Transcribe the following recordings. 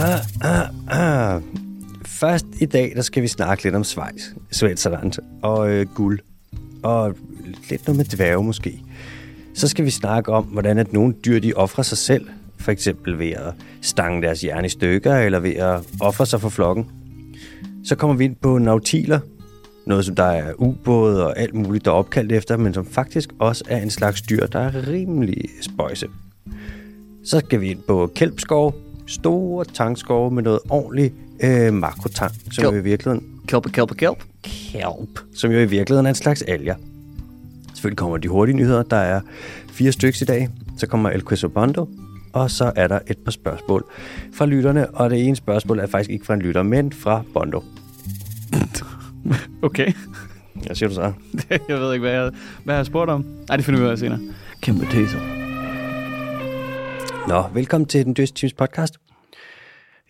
Ah, ah, ah. Først i dag, der skal vi snakke lidt om Schweiz, Svenserland og øh, guld. Og lidt noget med dværge måske. Så skal vi snakke om, hvordan at nogle dyr, de offrer sig selv. For eksempel ved at stange deres hjerne i stykker, eller ved at ofre sig for flokken. Så kommer vi ind på nautiler. Noget, som der er ubåde og alt muligt, der er opkaldt efter, men som faktisk også er en slags dyr, der er rimelig spøjse. Så skal vi ind på kælpskov. Store tangskove med noget ordentligt øh, makrotang, som jo. Jo. jo i virkeligheden Kjælp, kjælp, kjælp. kelp, som jo i virkeligheden er en slags alger. Selvfølgelig kommer de hurtige nyheder. Der er fire stykker i dag. Så kommer El Quesobondo. Og så er der et par spørgsmål fra lytterne. Og det ene spørgsmål er faktisk ikke fra en lytter, men fra Bondo. Okay. Jeg siger du så. jeg ved ikke, hvad jeg, hvad jeg har spurgt om. Nej, det finder vi ud af senere. Kæmpe teser. Nå, velkommen til Den Døste Times podcast.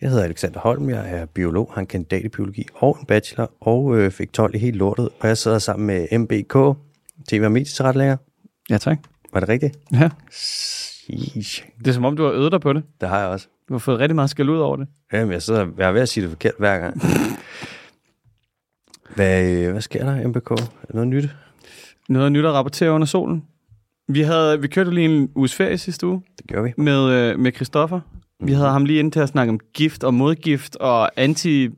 Jeg hedder Alexander Holm, jeg er biolog, har en kandidat i biologi og en bachelor, og øh, fik 12 i helt lortet, og jeg sidder sammen med MBK, TV og medietilrettelægger. Ja, tak. Var det rigtigt? Ja. Sheesh. Det er som om, du har øvet dig på det. Det har jeg også. Du har fået rigtig meget skæld ud over det. Jamen, jeg, sidder, jeg er ved at sige det forkert hver gang. Hvad, øh, hvad sker der, MBK? Er der noget nyt? Noget nyt at rapportere under solen. Vi, havde, vi kørte lige en uges ferie sidste uge Det gør vi. med, øh, med Christoffer. Vi havde ham lige inde til at snakke om gift og modgift og anti...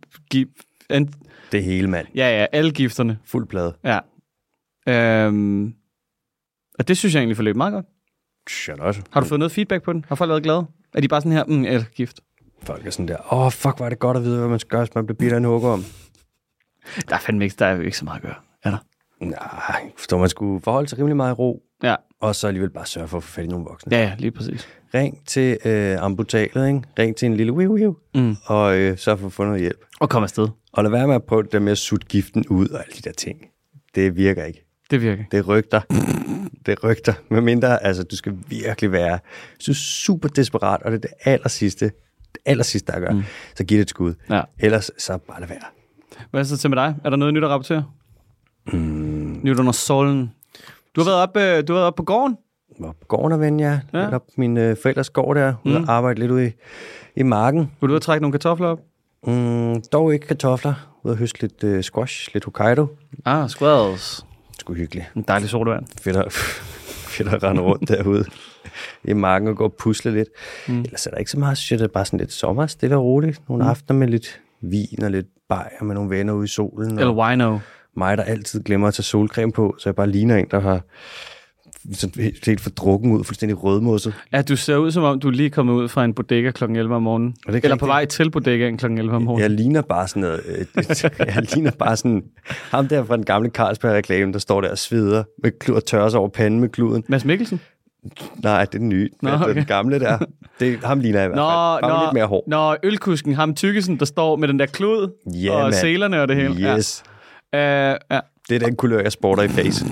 An, Det hele, mand. ja, ja, alle gifterne. Fuld plade. Ja. Øhm, og det synes jeg egentlig forløb meget godt. Shut up. Har du fået noget feedback på den? Har folk været glade? Er de bare sådan her, mm, eller gift? Folk er sådan der, åh, oh, fuck, var det godt at vide, hvad man skal gøre, hvis man bliver bidt af en hugger om. Der er fandme ikke, der er jo ikke så meget at gøre. Er der? Nej, forstår man skulle forholde sig rimelig meget i ro, Ja, og så alligevel bare sørge for at få fat i nogle voksne. ja, ja lige præcis. Ring til øh, ambutalet, ikke? Ring til en lille wiu wiu, Mm. og øh, så få fundet noget hjælp. Og kom afsted. Og lad være med at prøve det der med at sutte giften ud og alle de der ting. Det virker ikke. Det virker. Det er rygter. Det er rygter. Med mindre, altså, du skal virkelig være hvis du er super desperat, og det er det aller sidste, det aller sidste, der gør, mm. så giv det et skud. Ja. Ellers så bare lad være. Hvad så til med dig? Er der noget nyt at rapportere? Mm. Nyt under solen. Du har været oppe, øh, du har været oppe på gården. Hvor på gården og vende jer, Ja. Mm. ja. eller på mine øh, forældres gård der, ude og arbejde lidt ude i, i marken. Vil du ud og trække nogle kartofler op? Mm, dog ikke kartofler, ude og høste lidt øh, squash, lidt Hokkaido. Ah, squads. Sgu hyggeligt. En dejlig solvand. fedt at, fedt at rende rundt derude i marken og gå og pusle lidt. Mm. Ellers er der ikke så meget, synes jeg, det er bare sådan lidt sommer, stille og roligt. Nogle mm. aftener med lidt vin og lidt bajer med nogle venner ude i solen. Eller Og wino. mig, der altid glemmer at tage solcreme på, så jeg bare ligner en, der har sådan helt helt fordrukken ud, fuldstændig rødmosset. Ja, du ser ud som om, du er lige kommet ud fra en bodega kl. 11 om morgenen. det ikke Eller på rigtigt? vej til bodegaen kl. 11 om morgenen. Jeg ligner bare sådan noget, øh, jeg ligner bare sådan ham der fra den gamle Carlsberg-reklame, der står der og sveder med klud og tørrer sig over panden med kluden. Mads Mikkelsen? Nej, det er den nye. Nå, Nå, okay. okay. Den gamle der. Det, ham ligner jeg i hvert fald. Bare med lidt mere hår. Nå, ølkusken, ham tykkesen, der står med den der klud Ja, og mand. selerne og det hele. Ja. Yes. Øh, ja. Det er den kulør, jeg sporter i face.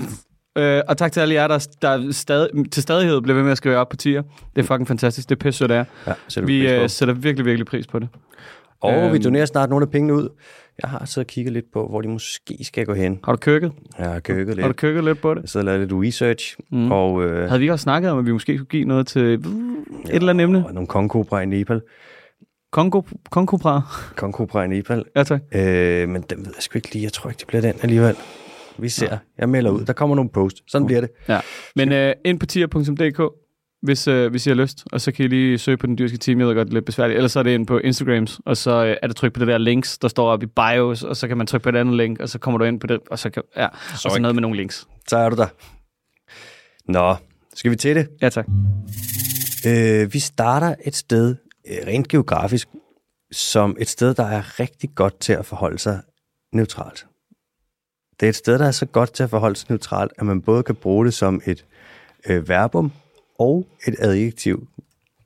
Øh, og tak til alle jer, der, der stadig, til stadighed bliver ved med at skrive jer op på tier. Det er fucking fantastisk. Det er pisse, det er. Ja, sætter vi Vi pris på. øh, sætter virkelig, virkelig pris på det. Og vi øhm. donerer snart nogle af pengene ud. Jeg har siddet og kigget lidt på, hvor de måske skal gå hen. Har du køkket? Jeg har køkket Har du lidt. køkket lidt på det? Jeg sidder og lavet lidt research. Mm. Og, øh, Havde vi ikke også snakket om, at vi måske skulle give noget til et eller andet emne? og nogle kongkobra i Nepal. Kongo, Kongobra? Kongkobra i Nepal. Ja, tak. Øh, men den ved jeg sgu ikke lige. Jeg tror ikke, det bliver den alligevel. Vi ser. Jeg melder ud. Der kommer nogle post. Sådan bliver det. Ja. Men øh, ind på tier.dk, hvis, øh, hvis I har lyst, og så kan I lige søge på den dyrske team, jeg ved godt, det er lidt besværligt. Ellers så er det ind på Instagrams, og så øh, er det tryk på det der links, der står oppe i bios, og så kan man trykke på et andet link, og så kommer du ind på det, og så, kan, ja, og så noget med nogle links. Så er du der. Nå, skal vi til det? Ja, tak. Øh, vi starter et sted, øh, rent geografisk, som et sted, der er rigtig godt til at forholde sig neutralt. Det er et sted, der er så godt til at forholde sig neutralt, at man både kan bruge det som et øh, verbum og et adjektiv.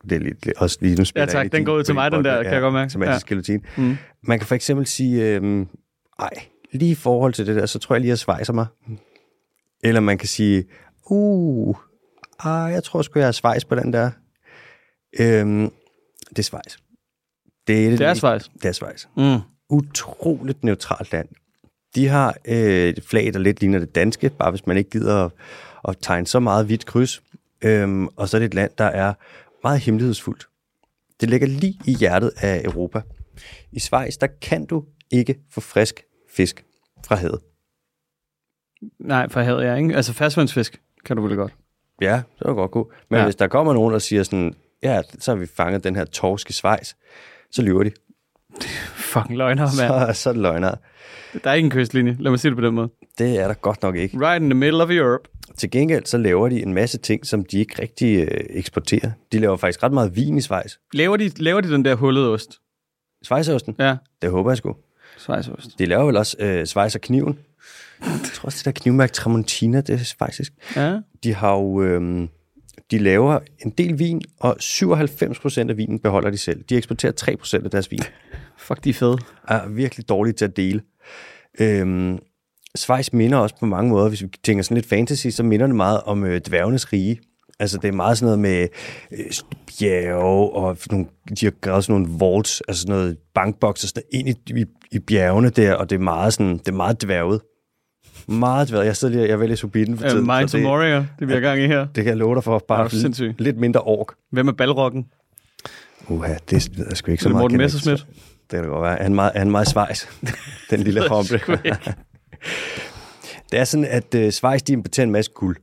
Det er lidt, lidt- også lige nu spiller Ja, tak. jeg i Den din- går ud på til din mig, den bold, der, kan jeg godt mærke. Semantisk ja. gelutin. Mm. Man kan for eksempel sige, øh, ej, lige i forhold til det der, så tror jeg lige, jeg svejser mig. Eller man kan sige, uh, ah, jeg tror sgu, jeg har svejs på den der. Øhm, det er Schweiz. Det er, det, Det er Schweiz. Det er Schweiz. Mm. Utroligt neutralt land. De har øh, et flag, der lidt ligner det danske, bare hvis man ikke gider at, at tegne så meget hvidt kryds. Øhm, og så er det et land, der er meget hemmelighedsfuldt. Det ligger lige i hjertet af Europa. I Schweiz, der kan du ikke få frisk fisk fra havet. Nej, for havde jeg ikke. Altså fastvandsfisk kan du vel godt. Ja, det var godt gå. Men ja. Ja. hvis der kommer nogen og siger sådan, ja, så har vi fanget den her torsk i Schweiz, så lyver de. Fucking løgner, mand. Så, så er det løgnere. Der er ikke en kystlinje. Lad mig sige det på den måde. Det er der godt nok ikke. Right in the middle of Europe. Til gengæld så laver de en masse ting, som de ikke rigtig øh, eksporterer. De laver faktisk ret meget vin i Schweiz. Laver de, laver de den der hullede ost? Schweizerosten, Ja, det håber jeg sgu. svejsost. De laver vel også øh, Schweizerkniven. Jeg tror også, det der knivmærke Tramontina, det er faktisk. Ja. De har jo... Øh, de laver en del vin, og 97% af vinen beholder de selv. De eksporterer 3% af deres vin. Fuck, de er fede. er virkelig dårlige til at dele. Øhm, Schweiz minder også på mange måder, hvis vi tænker sådan lidt fantasy, så minder det meget om øh, dværgenes rige. Altså, det er meget sådan noget med øh, bjerge, og sådan nogle, de har gravet sådan nogle vaults, altså sådan noget bankbokser sådan ind i, i, i bjergene der, og det er meget sådan, det er meget dværget. Meget dværget. Jeg sidder lige, jeg vælger Subiten for Uh, tiden. så Mind to det, Moria, det vi har gang i her. det kan jeg love dig for, bare Er du sindssyg? lidt, lidt mindre ork. Hvem er balrokken? Uha, det ved jeg sgu ikke så Eller meget. Morten kender jeg ikke. Messerschmidt? Det kan det godt være. Han er meget, han er meget svejs, den lille hombre. Sgu ikke. Det er sådan, at øh, Schweiz, de importerer en masse guld.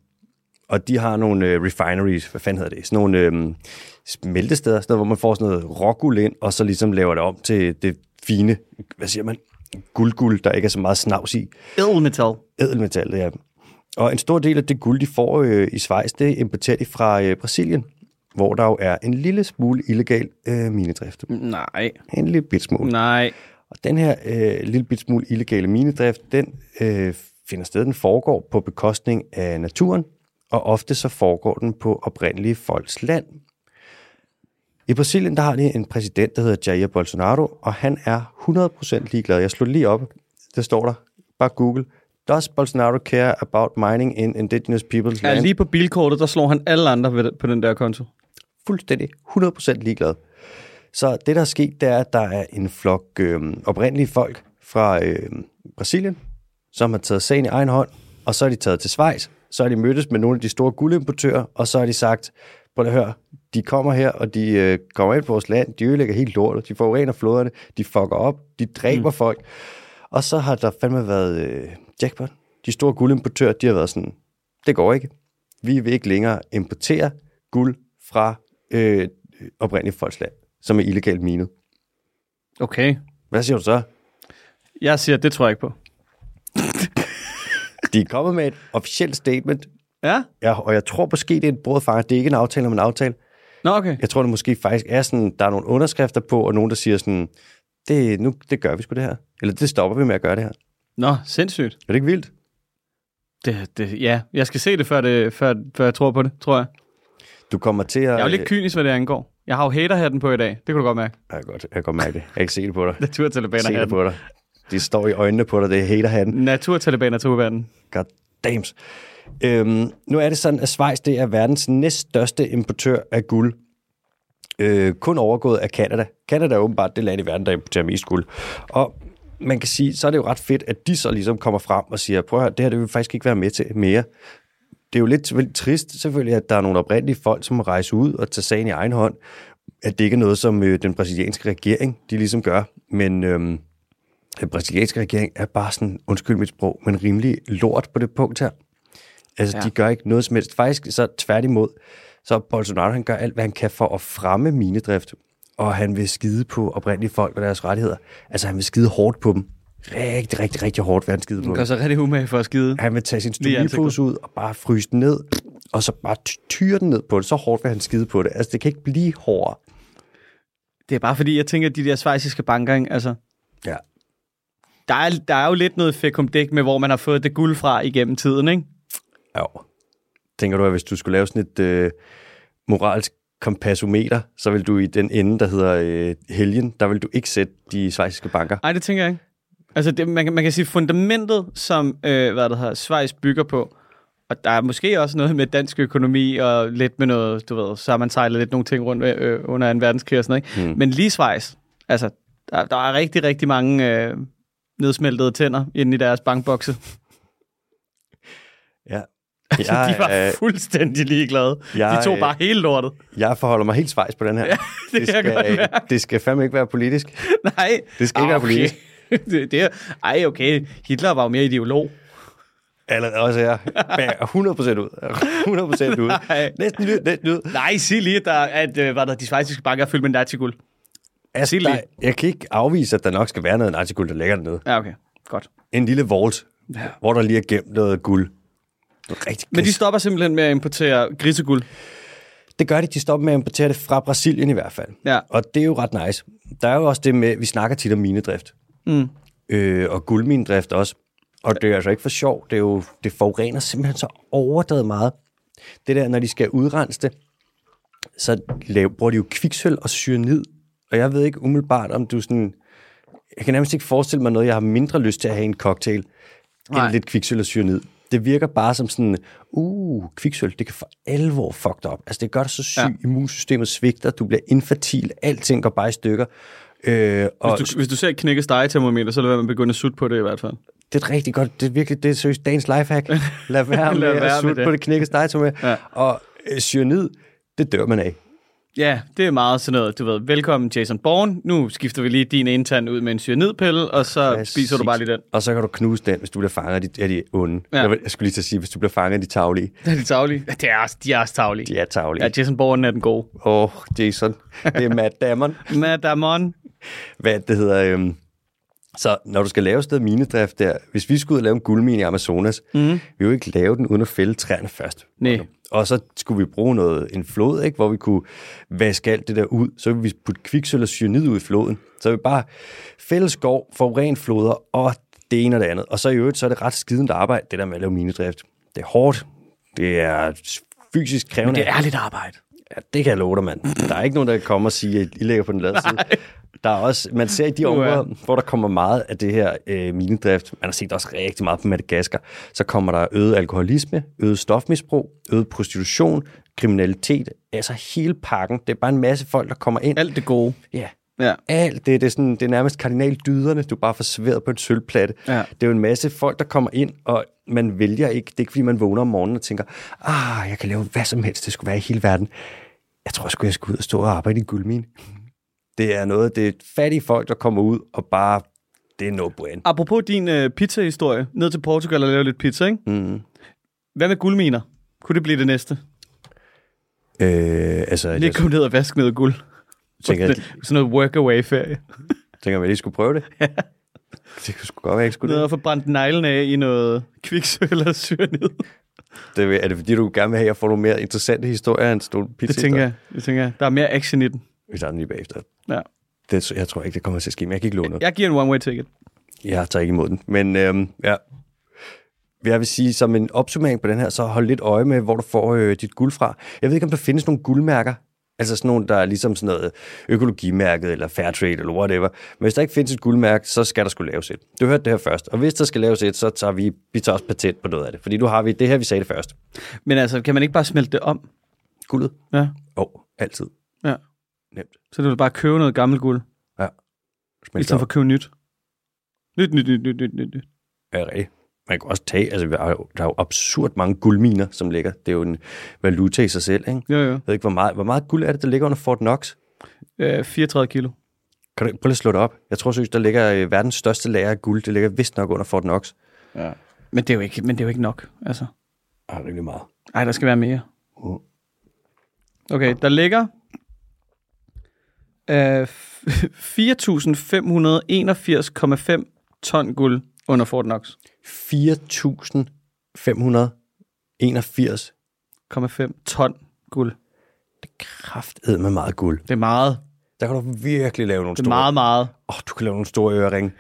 Og de har nogle øh, refineries, hvad fanden hedder det, sådan nogle øh, smeltesteder, sådan noget, hvor man får sådan noget råguld ind, og så ligesom laver det om til det fine, hvad siger man, guldguld, der ikke er så meget snavs i. Elmetal. Ædelmetal, ja. Og en stor del af det guld, de får øh, i Schweiz, det importerer de fra øh, Brasilien, hvor der jo er en lille smule illegal øh, minedrift. Nej. En lille bit smule. Nej. Og den her øh, lille bit smule illegale minedrift, den øh, finder sted, den foregår på bekostning af naturen, og ofte så foregår den på oprindelige folks land. I Brasilien, der har de en præsident, der hedder Jair Bolsonaro, og han er 100% ligeglad. Jeg slog det lige op, der står der, bare Google, Does Bolsonaro care about mining in indigenous people's land? Ja, Altså, lige på bilkortet, der slår han alle andre ved, på den der konto. fuldstændig 100% ligeglad. Så det, der er sket, det er, at der er en flok øh, oprindelige folk fra øh, Brasilien, som har taget sagen i egen hånd, og så er de taget til Schweiz, så er de mødtes med nogle af de store guldimportører, og så har de sagt, prøv lige at høre, de kommer her, og de øh, kommer ind på vores land, de ødelægger helt lortet, de forurener floderne, de fucker op, de dræber mm. folk. Og så har der fandme været øh, jackpot. De store guldimportører, de har været sådan, det går ikke. Vi vil ikke længere importere guld fra øh, oprindeligt folks land, som er illegalt minet. Okay. Hvad siger du så? Jeg siger, det tror jeg ikke på. De er kommet med et officielt statement, Ja? ja, og jeg tror måske, det er en brød fanger. Det er ikke en aftale om en aftale. Nå, okay. Jeg tror, det måske faktisk er sådan, der er nogle underskrifter på, og nogen, der siger sådan, det, nu, det gør vi sgu det her. Eller det stopper vi med at gøre det her. Nå, sindssygt. Er det ikke vildt? Det, det, ja, jeg skal se det før, det, før, før jeg tror på det, tror jeg. Du kommer til at... Jeg er jo lidt kynisk, hvad det angår. Jeg har jo haterhatten på i dag. Det kan du godt mærke. Jeg kan godt, jeg kan godt mærke det. Jeg kan se det på dig. Jeg kan se det Naturtalibanerhatten. på dig. De står i øjnene på dig, det er haterhatten. Naturtalibaner-tobanden. God damns. Øhm, nu er det sådan, at Schweiz det er verdens næststørste importør af guld. Øh, kun overgået af Kanada. Kanada er åbenbart det land i verden, der importerer mest guld. Og man kan sige, så er det jo ret fedt, at de så ligesom kommer frem og siger, prøv at høre, det her det vil vi faktisk ikke være med til mere. Det er jo lidt selvfølgelig trist selvfølgelig, at der er nogle oprindelige folk, som må rejse ud og tage sagen i egen hånd. At det ikke er noget, som øh, den brasilianske regering, de ligesom gør. Men... Øhm, den brasilianske regering er bare sådan, undskyld mit sprog, men rimelig lort på det punkt her. Altså, ja. de gør ikke noget som helst. Faktisk så tværtimod, så Bolsonaro, han gør alt, hvad han kan for at fremme minedrift. Og han vil skide på oprindelige folk og deres rettigheder. Altså, han vil skide hårdt på dem. Rigtig, rigtig, rigtig hårdt vil han skide på Gør dem. så rigtig umage for at skide. Han vil tage sin Lige i ansigtet. stolipose ud og bare fryse den ned, og så bare ty- tyre den ned på det. Så hårdt vil han skide på det. Altså, det kan ikke blive hårdere. Det er bare fordi, jeg tænker, at de der svejsiske banker, ikke? altså, Ja. der er, der er jo lidt noget fekum dæk med, hvor man har fået det guld fra igennem tiden, ikke? Ja. Tænker du, at hvis du skulle lave sådan et øh, moralsk kompassometer, så vil du i den ende, der hedder øh, helgen, der vil du ikke sætte de svejsiske banker. Nej, det tænker jeg ikke. Altså, det, man, kan- man kan sige, fundamentet, som øh, hvad det hedder, Schweiz bygger på, og der er måske også noget med dansk økonomi og lidt med noget, du ved, så har man sejlet lidt nogle ting rundt øh, under en verdenskrig og sådan noget, ikke? Mm. Men lige Schweiz, altså, der, der er rigtig, rigtig mange øh, nedsmeltede tænder inde i deres bankbokse. Ja. Så de var Jeg, øh, fuldstændig ligeglade. jeg, de tog øh, bare hele lortet. øh, jeg forholder mig helt svejs på den her. det, det, kan jeg godt skal, mærke. det skal fandme ikke være politisk. Nej. Ah, Det skal ikke være politisk. det, det er, ej, okay. Hitler var jo mere ideolog. Allerede også her. Bag 100% ud. 100% ud. Nej. Næsten lyd, næsten lyd. Nej, sig lige, at der, at, øh, var der de svejsiske banker fyldt med naziguld. Altså, Sig lige. der, jeg kan ikke afvise, at der nok skal være noget nartigul, der ligger dernede. Ja, okay. Godt. En lille vault, ja. hvor der lige er gemt noget guld. Noget rigtig Men de gris- stopper simpelthen med at importere griseguld. Det gør de, de stopper med at importere det fra Brasilien i hvert fald. Ja. Og det er jo ret nice. Der er jo også det med, vi snakker tit om minedrift. Mm. Øh, og guldminedrift også. Og det er altså ikke for sjov. Det, er jo, det forurener simpelthen så overdrevet meget. Det der, når de skal udrense det, så lav, bruger de jo kviksøl og cyanid. Og jeg ved ikke umiddelbart, om du sådan... Jeg kan nærmest ikke forestille mig noget, jeg har mindre lyst til at have i en cocktail, Nej. Nej. end lidt kviksøl og cyanid. Det virker bare som sådan, uh, kviksøl, det kan for alvor fuck dig op. Altså, det gør dig så syg, ja. Ja. immunsystemet svigter, du bliver infertil, alting går bare i stykker. Øh, og Hvis du, hvis du ser et knække stegetermometer, så lad være med at begynde at sutte på det i hvert fald. det er et rigtig godt, det er virkelig, det er seriøst dagens lifehack. Lad være med Lad være at med sutte det. på det knækkede stegetomate. Ja. Ja. Og øh, cyanid, det dør man af. Ja, det er meget sådan noget, du ved, velkommen Jason Bourne, nu skifter vi lige din ene tand ud med en cyanidpille, og så Præcis. spiser du bare lige den. Og så kan du knuse den, hvis du bliver fanget af de, af de onde. Ja. Ja. Jeg, jeg skulle lige til at sige, hvis du bliver fanget af de tavlige. Det er de tavlige. Ja, det er også, de er også tavlige. De er tavlige. Åh, Ja, Jason Bourne er den gode. ja. oh, Jason. Det er Matt Damon. Madamon. Hvad det hedder... Øhm. Så når du skal lave sådan noget minedrift der, hvis vi skulle ud og lave en guldmine i Amazonas, mm. vi ville jo ikke lave den uden at fælde træerne først. Mhm. Nej. Og så skulle vi bruge noget, en flod, ikke, hvor vi kunne vaske alt det der ud. Så ville vi putte kviksøl og cyanid ud i floden. Så vi bare fælde skov, forurene floder og det ene og det andet. Og så i øvrigt, så er det ret skidende arbejde, det der med at lave minedrift. Det er hårdt. Det er fysisk krævende. Det er ærligt arbejde. Ja, det kan jeg love dig, mand. Der er ikke nogen, der kan komme og sige, at I ligger på den lade side. Der er også, man ser i de områder, hvor der kommer meget af det her øh, minedrift, man har set også rigtig meget på Madagaskar, så kommer der øget alkoholisme, øget stofmisbrug, øget prostitution, kriminalitet, altså hele pakken. Det er bare en masse folk, der kommer ind. Alt det gode. Ja, Ja. alt det, det er, sådan, det er nærmest kardinaldyderne, du bare får serveret på en sølvplatte. Ja. Det er jo en masse folk, der kommer ind, og man vælger ikke. Det er ikke, fordi man vågner om morgenen og tænker, ah, jeg kan lave hvad som helst, det skulle være i hele verden. Jeg tror sgu, jeg skulle ud og stå og arbejde i en guldmine. Det er noget, det er fattige folk, der kommer ud og bare, det er no brain. Apropos din øh, pizzahistorie, ned til Portugal og lave lidt pizza, ikke? Mm. Hvad med guldminer? Kunne det blive det næste? Øh, altså, jeg Lige komme ned og vaske noget guld. Tænker, Sådan, sådan noget workaway-ferie. tænker, at jeg lige skulle prøve det. Ja. Det kunne sgu godt være, jeg ikke skulle Ned det. og få brændt neglen af i noget kviksøl eller syrenid. det. Er det fordi, du gerne vil have, at jeg får nogle mere interessante historier end stående pizza? Det tænker jeg. Det tænker jeg. Der er mere action i den. Vi tager den lige bagefter. Ja. Det, jeg tror ikke, det kommer til at ske, men jeg kan ikke låne noget. Jeg giver en one-way ticket. Jeg tager ikke imod den. Men øhm, ja. jeg vil sige, som en opsummering på den her, så hold lidt øje med, hvor du får øh, dit guld fra. Jeg ved ikke, om der findes nogle guldmærker, altså sådan nogle, der er ligesom sådan noget økologimærket, eller fairtrade, eller whatever. Men hvis der ikke findes et guldmærke, så skal der skulle laves et. Du hørte det her først. Og hvis der skal laves et, så tager vi, vi tager også patent på noget af det. Fordi nu har vi det her, vi sagde det først. Men altså, kan man ikke bare smelte det om? Guldet? Ja. Åh, oh, altid. ja. Nemt. Så du vil bare købe noget gammelt guld, Ja. i Smelter stedet op. for at købe nyt. Nyt, nyt, nyt, nyt, nyt, nyt, nyt. er rigtigt. Man kan også tage, altså vi har jo- der er jo absurd mange guldminer, som ligger. Det er jo en valuta i sig selv, ikke? Jo, jo. Jeg ved ikke, hvor meget, hvor meget guld er det, der ligger under Fort Knox? Øh, 34 kilo. Kan du ikke prøve lige at slå det op? Jeg tror seriøst, der ligger øh, verdens største lager af guld. Det ligger vist nok under Fort Knox. Ja. Men det er jo ikke, men det er jo ikke nok, altså. Ah, rimelig meget. Ej, der skal være mere. Uh. Okay, der ligger øh, 4.581,5 ton guld under Fort Knox. 4.581. 0,5 ton guld. Krafted med meget guld. Det er meget. Der kan du virkelig lave nogle Det er store... meget, meget. Åh, oh, du kan lave nogle store øreringe.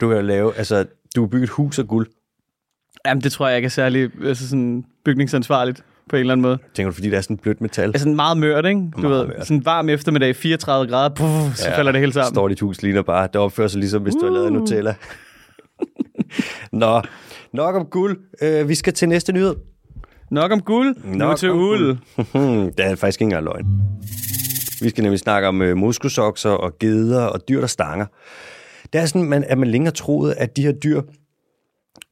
Du kan lave... Altså, du kan bygge et hus af guld. Jamen, det tror jeg ikke er særlig altså sådan bygningsansvarligt på en eller anden måde. Tænker du, fordi det er sådan blødt metal? Altså sådan meget mørt, ikke? Du Meget meget ved, mørt. mørt. sådan varm eftermiddag, 34 grader, puff, så ja, falder det hele sammen. Står dit hus ligner bare. Det opfører sig ligesom, hvis du har lavet af Nutella. Nå, nok om guld. Øh, vi skal til næste nyhed. Nok om guld, nu Nok til om uld. guld. det er faktisk ikke engang løgn. Vi skal nemlig snakke om øh, moskusokser og geder og dyr, der stanger. Det er sådan, man, at man længere troede, at de her dyr,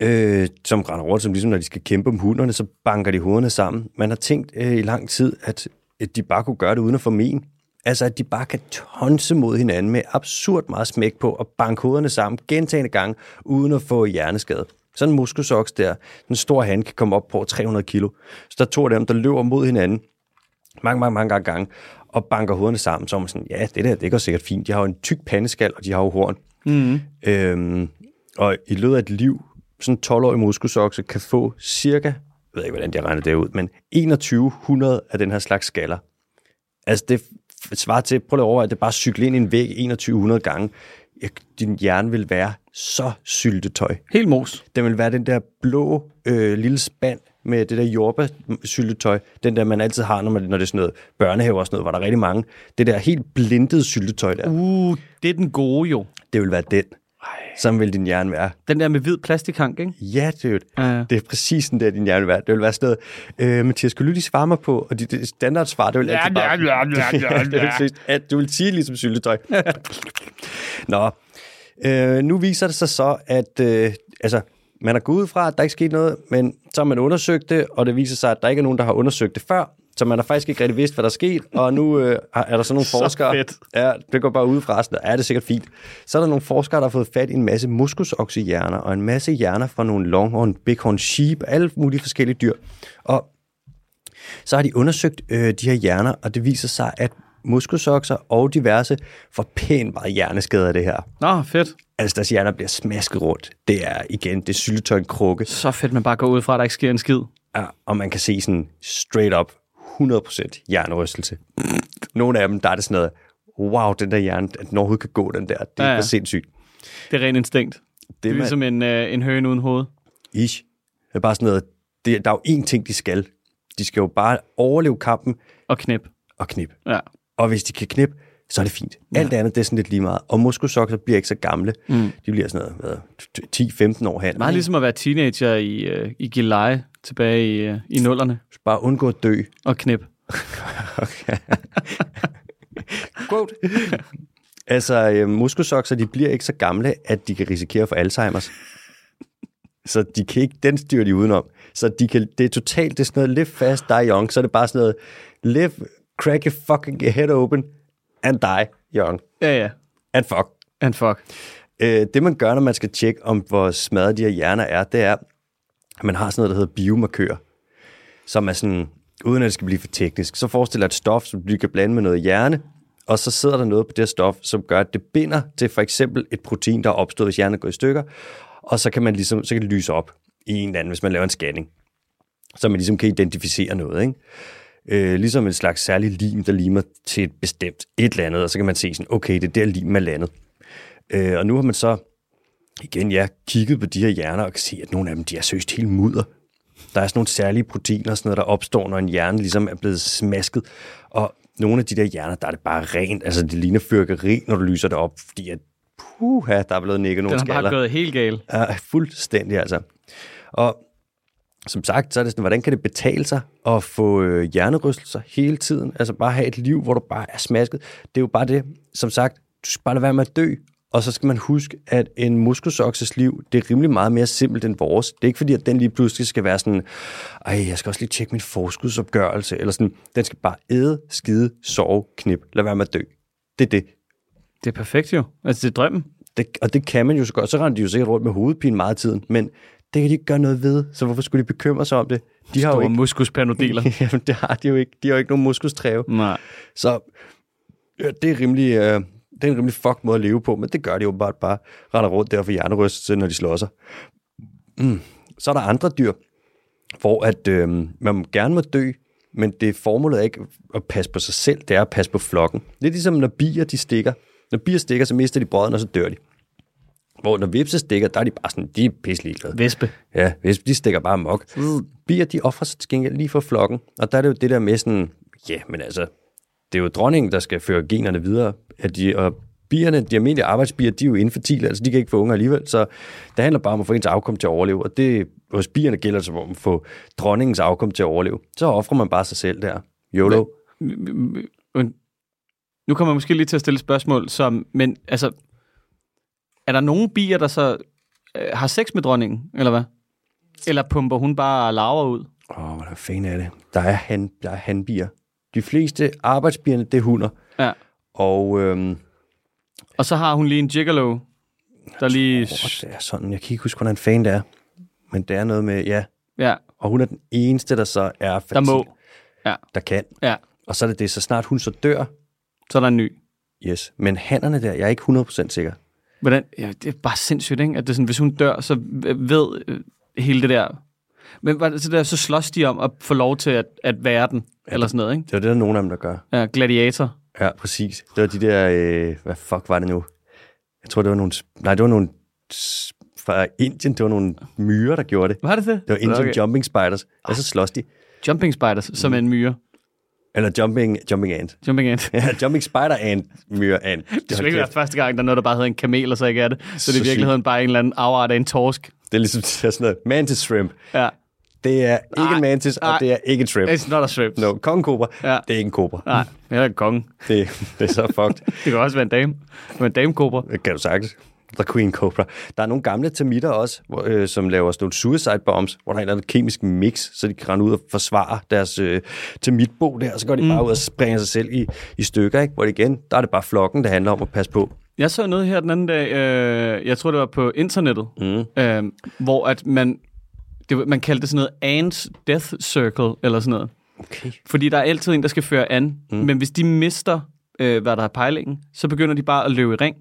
øh, som render rundt, som ligesom når de skal kæmpe om hunderne, så banker de hovederne sammen. Man har tænkt øh, i lang tid, at, at de bare kunne gøre det uden at få men. Altså, at de bare kan tonse mod hinanden med absurd meget smæk på og banke hovederne sammen gentagende gange, uden at få hjerneskade. Sådan en muskelsoks der, den store han kan komme op på 300 kilo. Så der er to af dem, der løber mod hinanden mange, mange, mange gange, gange og banker hovederne sammen, så er man sådan, ja, det der, det går sikkert fint. De har jo en tyk pandeskal, og de har jo horn. Mm. Øhm, og i løbet af et liv, sådan en 12-årig muskusokse kan få cirka, jeg ved ikke, hvordan de har regnet det ud, men 2100 af den her slags skaller. Altså det f- svarer til, prøv lige at overveje, at det er bare at cykle ind i en væg 2100 gange. Jeg, din hjerne vil være så syltetøj. Helt mos. Den vil være den der blå øh, lille spand med det der jordbærsyltetøj, den der man altid har, når, man, når det er sådan noget børnehave og sådan noget, hvor der er rigtig mange. Det der helt blindede syltetøj der, Uh, det er den gode jo. det vil være den. Sådan vil din hjerne være. Den der med hvid plastikhank, ikke? Ja, dude. Ja. Det er præcis sådan der, din hjerne vil være. Det vil være sådan noget, øh, Mathias, skal du lige svare mig på? Og dit dit standardsvar, det vil altid bare... det vil sige, at du vil sige ligesom syltetøj. Nå, øh, nu viser det sig så, at øh, altså, man har gået ud fra, at der ikke skete noget, men så har man undersøgt det, og det viser sig, at der ikke er nogen, der har undersøgt det før, så man har faktisk ikke rigtig vidst, hvad der er sket, og nu øh, er er der så nogle Så forskere... fedt. Ja, det går bare ud fra resten, ja, det er sikkert fint. Så er der nogle forskere, der har fået fat i en masse muskusoksehjerner, og en masse hjerner fra nogle longhorn, bighorn, sheep, alle mulige forskellige dyr. Og så har de undersøgt øh, de her hjerner, og det viser sig, at muskusokser og diverse får pænt meget hjerneskader af det her. Nå, fedt. Altså, deres hjerner bliver smasket rundt. Det er igen, det er syltetøj krukke. Så fedt, man bare går ud fra, at der ikke sker en skid. Ja, og man kan se sådan straight up 100% hjernerystelse. Nogle af dem, der er det sådan noget, wow, den der hjerne, at den overhovedet kan gå den der, det er Ja, ja, ja. for sindssygt. Det er ren instinkt. Det er man- ligesom en, øh, en høne uden hoved. Ish. Det er bare sådan noget, det, der er jo én ting, de skal. De skal jo bare overleve kampen Og knip. og knippe. Ja. Og hvis de kan knippe, så er det fint. Alt andet, det er sådan lidt lige meget. Og muskelsokker bliver ikke så gamle. Mm. De bliver sådan noget, hvad, 10-15 år hen. Meget ligesom at være teenager i, øh, i Gilleleje tilbage i, øh, i nullerne. Bare undgå at dø. Og knip. Quote. altså, øh, muskelsokser, de bliver ikke så gamle, at de kan risikere for Alzheimer's. Så de kan ikke, den styrer de udenom. Så de kan, det er totalt, det er sådan noget, live fast, die young. Så er det bare sådan noget, live, crack your fucking head open, and die young. Ja, ja. And fuck. And fuck. Øh, det man gør, når man skal tjekke, om hvor smadret de her hjerner er, det er, at man har sådan noget, der hedder biomarkører, som er sådan, uden at det skal blive for teknisk, så forestiller et stof, som du kan blande med noget hjerne, og så sidder der noget på det her stof, som gør, at det binder til for eksempel et protein, der er opstået, hvis hjernen er gået i stykker, og så kan man ligesom, så kan det lyse op i en eller anden, hvis man laver en scanning, så man ligesom kan identificere noget, ikke? øh, ligesom en slags særlig lim, der limer til et bestemt et eller andet, og så kan man se sådan, okay, det er der lim er landet. Øh, og nu har man så igen, ja, kigget på de her hjerner og kan se, at nogle af dem, de er søst helt mudder. Der er sådan nogle særlige proteiner, og sådan noget, der opstår, når en hjerne ligesom er blevet smasket. Og nogle af de der hjerner, der er det bare rent, altså det ligner fyrkeri, når du lyser det op, fordi at, puha, der er blevet nikket nogle Den har skaller. bare gået helt galt. Ja, fuldstændig altså. Og som sagt, så er det sådan, hvordan kan det betale sig at få øh, hjernerystelser hele tiden? Altså bare have et liv, hvor du bare er smasket. Det er jo bare det, som sagt, du skal bare lade være med at dø. Og så skal man huske, at en muskelsokses liv, det er rimelig meget mere simpelt end vores. Det er ikke fordi, at den lige pludselig skal være sådan, ej, jeg skal også lige tjekke min forskudsopgørelse, eller sådan. Den skal bare æde, skide, sove, knip. Lad være med at dø. Det er det. Det er perfekt jo. Altså, det er drømmen. Det, og det kan man jo så godt. Så render de jo sikkert rundt med hovedpine meget af tiden, men det kan de ikke gøre noget ved, så hvorfor skulle de bekymre sig om det? De har jo Store ikke, muskuspanodeler. jamen, det har de jo ikke. De har jo ikke nogen muskustræve. Nej. Så øh, det er rimelig... Øh, det er en rimelig fuck måde at leve på, men det gør de jo bare, bare render rundt der for hjernerystelse, når de slår sig. Mm. Så er der andre dyr, hvor at, øh, man gerne må dø, men det formålet er ikke at passe på sig selv, det er at passe på flokken. Det er ligesom, når bier de stikker. Når bier stikker, så mister de brøden, og så dør de. Hvor når vipse stikker, der er de bare sådan, de er pisselig glade. Vespe. Ja, hvis de stikker bare mok. Bier, de offrer sig til gengæld lige for flokken. Og der er det jo det der med sådan, ja, men altså, det er jo dronningen, der skal føre generne videre. At de, og bierne, de almindelige arbejdsbier, de er jo infertile, altså de kan ikke få unger alligevel. Så det handler bare om at få ens afkom til at overleve. Og det, hos bierne gælder det som om at få dronningens afkom til at overleve. Så offrer man bare sig selv der. YOLO. Und- Nu kommer jeg måske lige til at stille et spørgsmål, som, men altså, er der nogen bier, der så øh, har sex med dronningen, eller hvad? Eller pumper hun bare larver ud? Åh, oh, hvad fanden er det? Der er, han, der er hanbier. De fleste arbejdsbjerne, det er hunder. Ja. Og øhm, Og så har hun lige en gigolo, der lige... oh, det er sådan, jeg kan ikke huske, hvordan fanden det er. Men det er noget med, ja. Ja, Og hun er den eneste, der så er fertil, der må. der kan. Ja, Og så er det det, så snart hun så dør, så er der en ny. yes. Men hannerne der, jeg er ikke 100% sikker. Hvordan? Ja, det er bare sindssygt, ikke? At det er sådan, hvis hun dør, så ved øh, hele det der... Men hvad- så, der, så slås de om at få lov til at, at være den, eller sådan noget, ikke? Det er det, der er nogen af dem, der gør. Ja, gladiator. Ja, præcis. Det var de der, øh, hvad fuck var det nu? Jeg tror, det var nogle, nej, det var nogle s- fra Indien, det var nogle myrer, der gjorde det. Hvad er det det? Det var Indian okay. Jumping Spiders, og så slås de. Jumping spiders, som er en myre. Eller Jumping, jumping Ant. Jumping ant. Ja, Jumping Spider Ant, myre Ant. Det skulle ikke være første gang, der er noget, der bare hedder en kamel, og så ikke er det. Så det er i sygt. virkeligheden bare en eller anden afart af en torsk. Det er ligesom det er sådan noget. Mantis Shrimp. Ja. Det er ikke Nej, en mantis, nej. og det er ikke en shrimp. It's not a shrimp. No, kongkobra, Ja. det er ikke en kobra. Nej, jeg er en konge. Det, det er så fucked. Det kan også være en dame. Det var en damekobra. Det kan du sagtens. The Queen Cobra. Der er nogle gamle tamitter også, hvor, øh, som laver sådan nogle suicide bombs, hvor der er en eller anden kemisk mix, så de kan rende ud og forsvare deres øh, tamitbo der, og så går de mm. bare ud og springer sig selv i, i stykker, ikke? Hvor det igen, der er det bare flokken, det handler om at passe på. Jeg så noget her den anden dag, øh, jeg tror det var på internettet, mm. øh, hvor at man, det, var- man kaldte det sådan noget ants death circle, eller sådan noget. Okay. Fordi der er altid en, der skal føre an. Mm. Men hvis de mister, øh, hvad der er pejlingen, så begynder de bare at løbe i ring.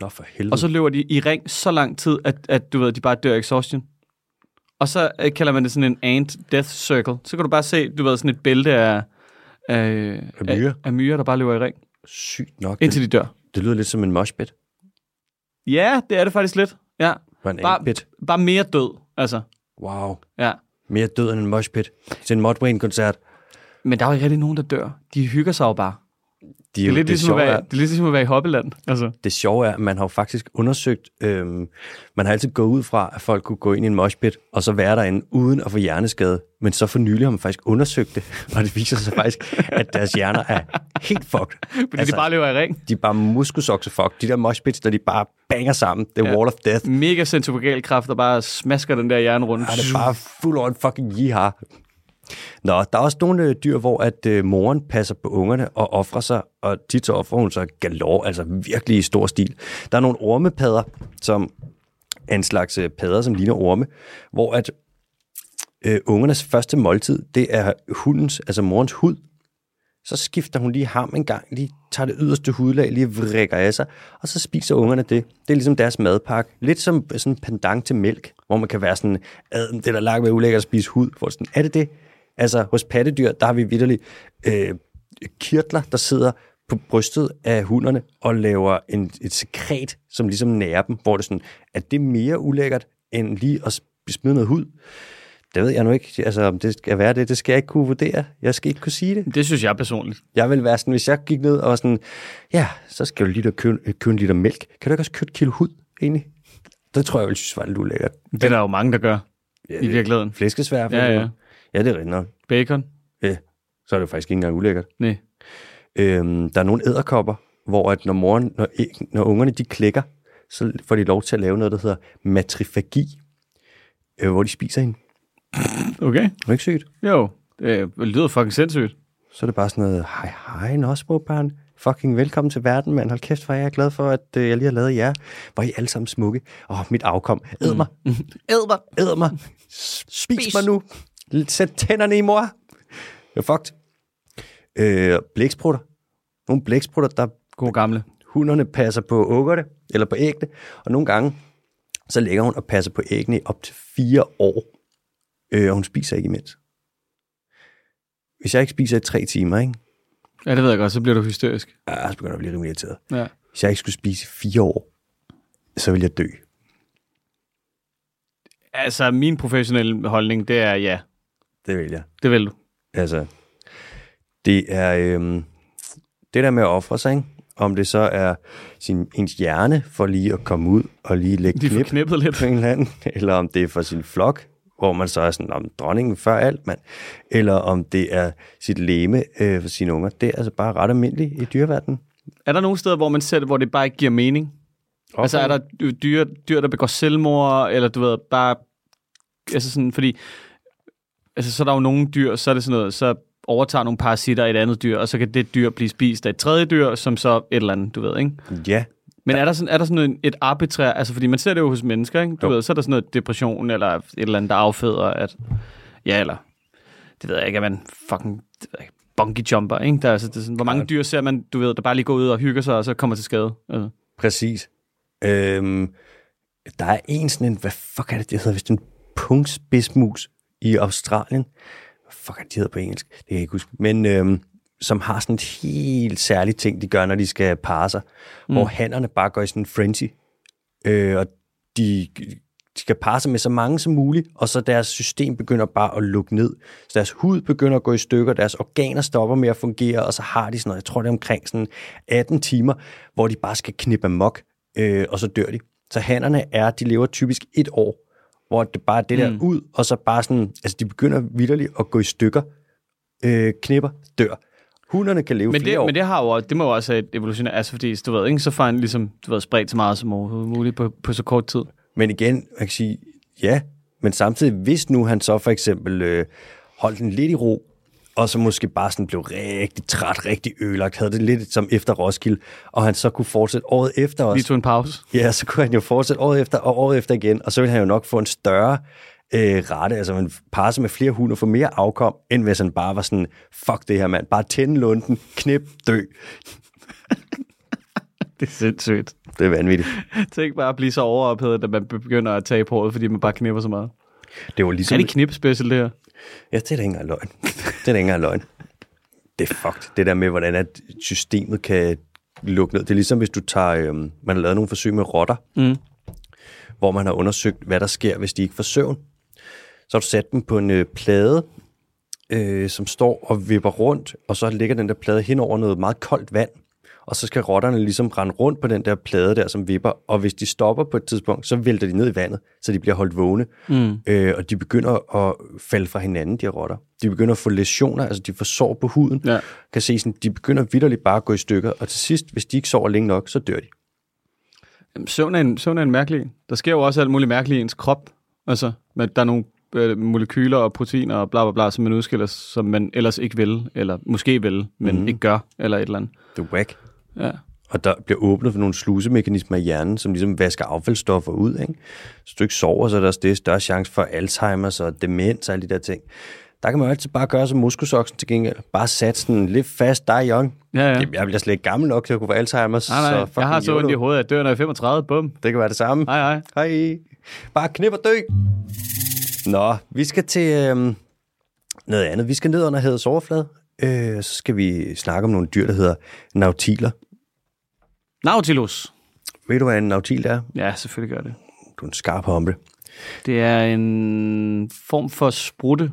Nå for helvede. Og så løber de i ring så lang tid, at, at du ved, de bare dør af exhaustion. Og så øh, kalder man det sådan en ant death circle. Så kan du bare se, du ved, sådan et bælte af, af, myrer. af, af myrer, der bare løber i ring, Sygt nok. indtil Det, de dør. det lyder lidt som en moshpit. Ja, det er det faktisk lidt. Ja. Var en Bare, antpit. bare mere død, altså. Wow. Ja. Mere. Mere død end en moshpit. Til en Mudvayne-koncert. Men der er jo ikke rigtig nogen, der dør. De hygger sig jo bare. De, Det er, lidt det, ligesom at sjove være, er, det er lidt ligesom at være i Hoppeland. Altså. det sjove er, at man har jo faktisk undersøgt, øhm, man har altid gået ud fra, at folk kunne gå ind i en moshpit, og så være derinde uden at få hjerneskade. Men så for nylig har man faktisk undersøgt det, og det viser sig faktisk, at deres hjerner er helt fucked. Fordi altså. de bare løber i ring. de er bare muskusokse fucked. De der moshpits, der de bare banger sammen. Det er ja. wall of death. Mega centrifugal kraft, der bare smasker den der hjerne rundt. Og det er bare fuld on fucking yeehaw. Nå, der er også nogle øh, dyr, hvor at øh, moren passer på ungerne og offrer sig, og tit så offrer hun sig galore, altså virkelig i stor stil. Der er nogle ormepadder, som er en slags øh, padder, som ligner orme, hvor at øh, ungernes første måltid, det er hundens, altså morens hud. Så skifter hun lige ham en gang, lige tager det yderste hudlag, lige vrikker af sig, og så spiser ungerne det. Det er ligesom deres madpakke. Lidt som sådan en pendant til mælk, hvor man kan være sådan, "Ad, det er da langt med ulækkert at spise hud. For sådan, er det det? Altså, hos pattedyr, der har vi vidderligt øh, kirtler, der sidder på brystet af hunderne og laver en, et sekret, som ligesom nærer dem, hvor det er sådan, at det er mere ulækkert, end lige at sp- smide noget hud. Det ved jeg nu ikke, altså om det skal være det, det skal jeg ikke kunne vurdere. Jeg skal ikke kunne sige det. Det synes jeg personligt. Jeg vil være sådan, hvis jeg gik ned og var sådan, ja, så skal du lige da købe, øh, købe en liter mælk. Kan du ikke også købe et kilo hud, egentlig? Det tror jeg, jeg ville synes var lidt ulækkert. Det er der jo mange, der gør. I virkeligheden. Flæskesvær. for Ja, eksempel. ja. ja, det er rigtigt nok. Bacon? Ja, så er det jo faktisk ikke engang ulækkert. Nej. Øhm, der er nogle æderkopper, hvor at når, moren, når, æg, når ungerne de klikker, så får de lov til at lave noget, der hedder matrifagi, øh, hvor de spiser hende. Okay. Det er ikke sygt. Jo, det øh, lyder fucking sindssygt. Så er det bare sådan noget, hej hej, nå små børn. Fucking velkommen til verden, mand. Hold kæft, hvor er jeg glad for, at øh, jeg lige har lavet jer. Hvor er I alle sammen smukke. Åh, mit afkom. Æd mig. Mm. Æd mig. Æd mig. Spis, Spis mig nu. Sæt tænderne i, mor. Jeg er fucked. Øh, blæksprutter. Nogle blæksprutter, der God gamle. Hunderne passer på ukkerne, eller på æggene, og nogle gange, så ligger hun og passer på æggene i op til fire år, øh, og hun spiser ikke imens. Hvis jeg ikke spiser i tre timer, ikke? Ja, det ved jeg godt, så bliver du hysterisk. Ah, så begynder jeg at blive rimelig irriteret. Ja. Hvis jeg ikke skulle spise i fire år, så ville jeg dø. Altså, min professionelle holdning, det er ja. Det vil jeg. Det vil du. Altså, det er øhm, det der med at ofre sig, ikke? Om det så er sin, ens hjerne for lige at komme ud og lige lægge De er knip. forknippet lidt. på en eller anden, eller om det er for sin flok, hvor man så er sådan, om dronningen før alt, mand. Eller om det er sit leme øh, for sine unger. Det er altså bare ret almindeligt i dyreverdenen. Er der nogle steder, hvor man ser det, hvor det bare ikke giver mening? Okay. Altså, er der dyr, dyr, der begår selvmord, eller du ved, bare... Altså sådan, fordi... Altså, så er der jo nogle dyr, så er det sådan noget, så overtager nogle parasitter af et andet dyr, og så kan det dyr blive spist af et tredje dyr, som så et eller andet, du ved, ikke? Ja, Men er der sådan, er der sådan noget, et arbitrær, altså fordi man ser det jo hos mennesker, ikke? Du Jo. ved, så er der sådan noget depression, eller et eller andet, der afføder, at, ja, eller, det ved jeg ikke, at man fucking, det ved jeg ikke, bungee jumper, ikke? Der er, altså, det er sådan, hvor mange dyr ser man, du ved, der bare lige går ud og hygger sig, og så kommer til skade? Altså. præcis. Øhm, der er en sådan en, hvad fuck er det, det hedder, hvis det er en punktspidsmus i Australien. Hvad fuck er det, det hedder på engelsk? Det kan jeg ikke huske. Men øhm, som har sådan et helt særligt ting, de gør, når de skal parre sig. Mm. Hvor hannerne bare går i sådan en frenzy. Øh, og de, de kan parre sig med så mange som muligt, og så deres system begynder bare at lukke ned. Så deres hud begynder at gå i stykker, deres organer stopper med at fungere, og så har de sådan noget, jeg tror det er omkring sådan 18 timer, hvor de bare skal knippe amok, øh, og så dør de. Så hannerne er, de lever typisk et år, hvor det bare er det Mm. der ud, og så bare sådan, altså de begynder vidderligt at gå i stykker, øh, knipper, dør. Hunderne kan leve Men flere det, år. men det, har jo, det må jo også have et evolutionært, altså fordi, du ved, ikke? så får han ligesom, du ved, spredt så meget som overhovedet muligt på, på så kort tid. Men igen, man kan sige, ja, men samtidig, hvis nu han så for eksempel øh, holdt den lidt i ro, og så måske bare sådan blev rigtig træt, rigtig ødelagt, havde det lidt som efter Roskilde, og han så kunne fortsætte året efter os. Lige tog en pause. Ja, så kunne han jo fortsætte året efter og året efter igen, og så ville han jo nok få en større øh, rette, altså man parrer sig med flere hunde og får mere afkom, end hvis han bare var sådan, fuck det her mand, bare tænde lunden, knip, dø. Det er sindssygt. Det er vanvittigt. Tænk bare at blive så overophedet, at man begynder at tabe håret, fordi man bare knipper så meget. Det var Er ligesom... det knip special, det her? Ja, det er da ikke engang løgn. Det er da ikke engang løgn. Det er fucked, det der med, hvordan at systemet kan lukke ned. Det er ligesom, hvis du tager... Øhm, man har lavet nogle forsøg med rotter, Mm. hvor man har undersøgt, hvad der sker, hvis de ikke får søvn. Så har du sat dem på en øh, plade, øh, som står og vipper rundt, og så ligger den der plade hen over noget meget koldt vand. Og så skal rotterne ligesom rende rundt på den der plade der, som vipper. Og hvis de stopper på et tidspunkt, så vælter de ned i vandet, så de bliver holdt vågne. Mm. Øh, og de begynder at falde fra hinanden, de her rotter. De begynder at få lesioner, altså de får sår på huden. Ja. Kan se sådan, de begynder vidderligt bare at gå i stykker. Og til sidst, hvis de ikke sover længe nok, så dør de. Jamen, Søvn er, en, søvn er en mærkelig en. Der sker jo også alt muligt mærkeligt i ens krop. Altså, men der er nogle øh, molekyler og proteiner og bla bla bla, som man udskiller, som man ellers ikke vil, eller måske vil, men mm. ikke gør, eller et eller andet. Det er whack. Ja. Og der bliver åbnet for nogle slusemekanismer i hjernen, som ligesom vasker affaldsstoffer ud. Ikke? Hvis du ikke sover, så er der også det større chance for Alzheimer's og demens og alle de der ting. Der kan man jo altid bare gøre som muskelsoksen til gengæld. Bare satse den lidt fast, dig young. Ja, ja. Jamen, jeg bliver slet ikke gammel nok til at kunne få Alzheimer's. Nej, nej, så jeg har så ondt i YOLO. hovedet, at jeg dør, når jeg er 35. Bum. Det kan være det samme. Hej, hej. Hej. Bare knip og dø. Nå, vi skal til øhm, noget andet. Vi skal ned under havets overflade. Øh, så skal vi snakke om nogle dyr, der hedder nautiler. Nautilus. Ved du, hvad en nautil er? Ja, selvfølgelig gør det. Du er en skarp homle. Det er en form for sprutte.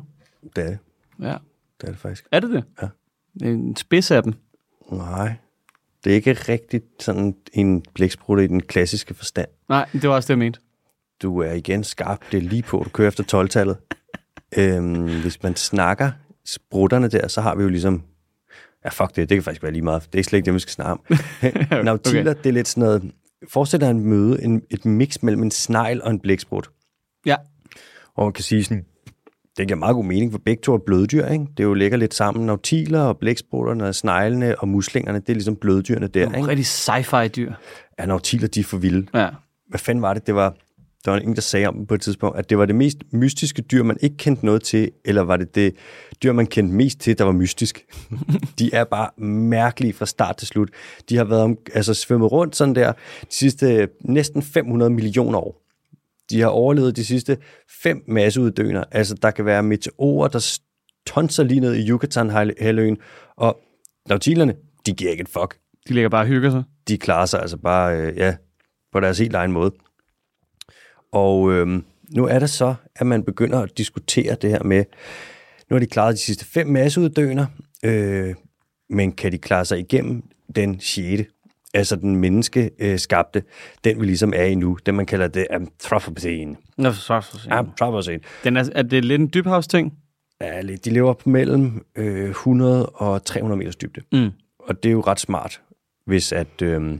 Det er det. Ja. Det er det faktisk. Er det det? Ja. En spids af dem. Nej. Det er ikke rigtigt sådan en blæksprutte i den klassiske forstand. Nej, det var også det, jeg mente. Du er igen skarp. Det er lige på. Du kører efter 12-tallet. øhm, hvis man snakker sprutterne der, så har vi jo ligesom... Ja, fuck det. Det kan faktisk være lige meget. Det er slet ikke det, vi skal snakke om. Nautiler, det er lidt sådan noget... Forestil dig en møde, en, et mix mellem en snegl og en blæksprut. Ja. Og man kan sige sådan, det giver meget god mening, for begge to er bløddyr, ikke? Det er jo ligger lidt sammen. Nautiler og blæksprutterne og sneglene og muslingerne, det er ligesom bløddyrene der, ikke? Nogle rigtig sci-fi dyr. Ja, nautiler, de er for vilde. Ja. Hvad fanden var det? Det var, der var ingen, der sagde om dem på et tidspunkt, at det var det mest mystiske dyr, man ikke kendte noget til, eller var det det dyr, man kendte mest til, der var mystisk? de er bare mærkelige fra start til slut. De har været om, altså, svømmet rundt sådan der de sidste øh, næsten 500 millioner år. De har overlevet de sidste fem masseuddøner. Altså, der kan være meteorer, der s- tonser lige ned i Yucatan-halvøen, og nautilerne, de giver ikke et fuck De ligger bare og hygger sig. de klarer sig altså bare øh, ja, på deres helt egen måde. Og øh, nu er det så, at man begynder at diskutere det her med, nu har de klaret de sidste fem masseuddøner, øh, men kan de klare sig igennem den sjette? Altså den menneske øh, skabte, den vi ligesom er i nu, den man kalder det antropocene. Nå, så, så, så. Antropocene. Den er, er det lidt en dybhavsting? Ja, lidt. de lever på mellem øh, 100 og 300 meters dybde. Mm. Og det er jo ret smart, hvis at, øh,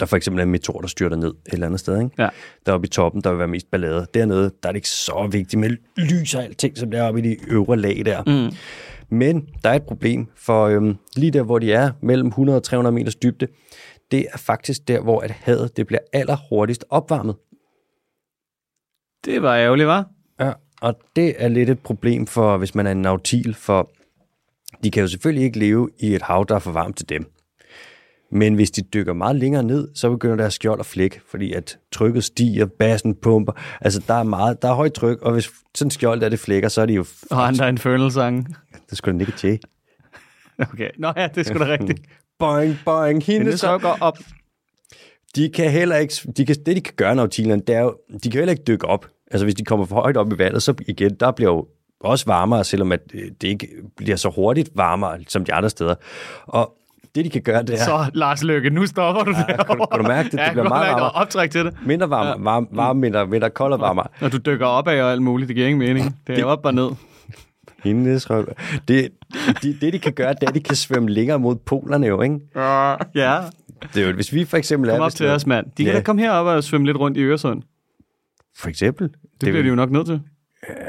der for eksempel er en meteor, der styrter ned et eller andet sted. Ikke? Ja. Deroppe i toppen, der vil være mest ballade. Dernede, der er det ikke så vigtigt med lys og alting, som der oppe i de øvre lag der. Mm. Men der er et problem, for øhm, lige der, hvor de er, mellem 100 og 300 meters dybde, det er faktisk der, hvor at havet det bliver allerhurtigst opvarmet. Det var ærgerligt, var. Ja, og det er lidt et problem for, hvis man er en nautil, for de kan jo selvfølgelig ikke leve i et hav, der er for varmt til dem. Men hvis de dykker meget længere ned, så begynder deres skjold at flække, fordi at trykket stiger, bassen pumper. Altså, der er, meget, der er højt tryk, og hvis sådan en skjold der, det flækker, så er det jo... Og andre Infernal-sange. Det skulle da ikke til. Okay. Nå ja, det er sgu da rigtigt. Boing, boing, Hendes hendes så går op. de kan heller ikke, de kan, det de kan gøre, når det er jo, de kan heller ikke dykke op. Altså hvis de kommer for højt op i vandet, så igen, der bliver jo også varmere, selvom at øh, det ikke bliver så hurtigt varmere, som de andre steder. Og det, de kan gøre, det er... Så, Lars Løkke, nu stopper du ja, kan du- kan du mærke det? Det bliver ja, jeg kunne meget mærke, der var varmere. optræk til det. Mindre varme, ja. varme, varme mindre, mindre kold og varmere. Når du dykker op af og alt muligt, det giver ingen mening. Det er det... op og ned. Hendes røv. Det, de, det, de kan gøre, det er, at de kan svømme længere mod polerne jo, ikke? Ja, Det er jo, hvis vi for eksempel kom er... op hvis til nu- os, mand. De kan Ja. da komme herop og svømme lidt rundt i Øresund. Det, For eksempel. Det, bliver de jo nok nødt til.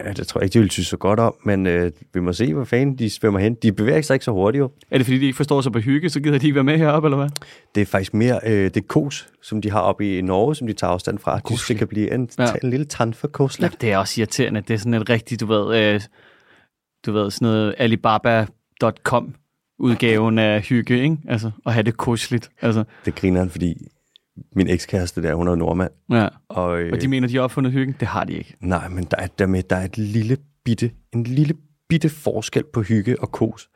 Ja, det tror jeg ikke, de ville synes så godt om, men øh, vi må se, hvor fanden de svømmer hen. De bevæger sig ikke så hurtigt jo. Er det fordi, de ikke forstår sig på hygge, så gider de ikke være med heroppe, eller hvad? Det er faktisk mere øh, det kos, som de har oppe i Norge, som de tager afstand fra. Koslet. Det kan blive en, Ja. ja. en lille tand for koslet. Det er også irriterende. Det er sådan et rigtigt, du ved, øh, du ved sådan noget alibaba.com udgaven af hygge, ikke? Altså, at have det kusligt. Altså, Det griner han, fordi min ekskæreste der, hun er jo nordmand. ja. Og, øh, Og de mener, de har opfundet hyggen. Det har de ikke. Nej, men der er, der, med, der er et lille bitte, en lille bitte forskel på hygge og kos.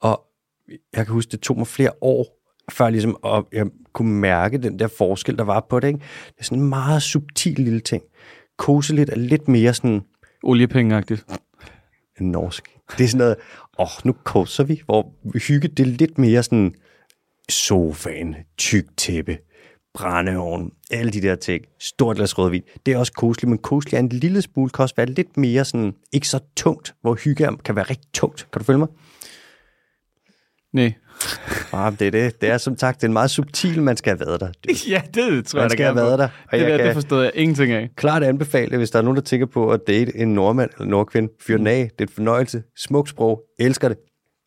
Og jeg kan huske, det tog mig flere år, før ligesom, og jeg kunne mærke den der forskel, der var på det. Ikke? Det er sådan en meget subtil lille ting. Kose lidt er lidt mere sådan, Oliepengeagtigt. norsk. Det er sådan noget, åh, oh, nu koser vi, hvor hygge, det er lidt mere sådan sofaen, tyk tæppe, brændeovn, alle de der ting, stort glas rødvin. Det er også koseligt, men koseligt er en lille smule, kan også være lidt mere sådan, ikke så tungt, hvor hygge er- kan være rigtig tungt. Kan du følge mig? Nej. Ah, det er det. Det er som sagt, det er en meget subtil, man skal have været der. Det- Ja, det tror Man jeg, skal have været der. Og Det, jeg der, kan det forstod jeg ingenting af. klart anbefale, hvis der er nogen, der tænker på at date en nordmand eller nordkvinde. Fyr den af. Det er et fornøjelse. Smukt sprog. Elsker det.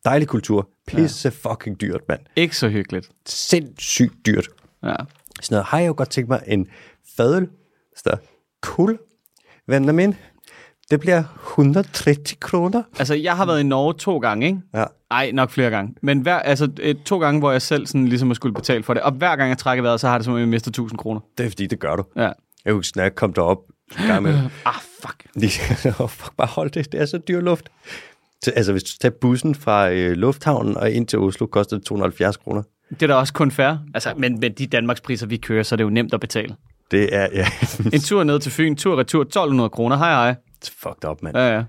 Dejlig kultur. Pisse fucking dyrt, mand. Ikke så hyggeligt. sindssygt dyrt. Ja. Sådan noget har jeg jo godt tænkt mig en fadøl. Så cool. Vender min. Det bliver 130 kroner. Altså, jeg har været i Norge to gange, ikke? Ja. Ej, nok flere gange. Men hver, altså, øh, to gange, hvor jeg selv sådan, ligesom har skulle betale for det. Og hver gang jeg trækker vejret, så har det som om, jeg mister 1000 kroner. Det er fordi, det gør du. Ja. Jeg kunne snart komme derop. en gang imellem. Ah, fuck. Lige- Åh, Fuck, bare hold det. Det er så dyr luft. Så, altså, hvis du tager bussen fra øh, lufthavnen og ind til Oslo, koster det 270 kroner. Det er da også kun fair. Altså, men med de Danmarks priser, vi kører, så er det jo nemt at betale. Det er, ja, En tur ned til Fyn, tur retur, 1200 kroner. Hej, hej. fucked up, mand. Ja, ja.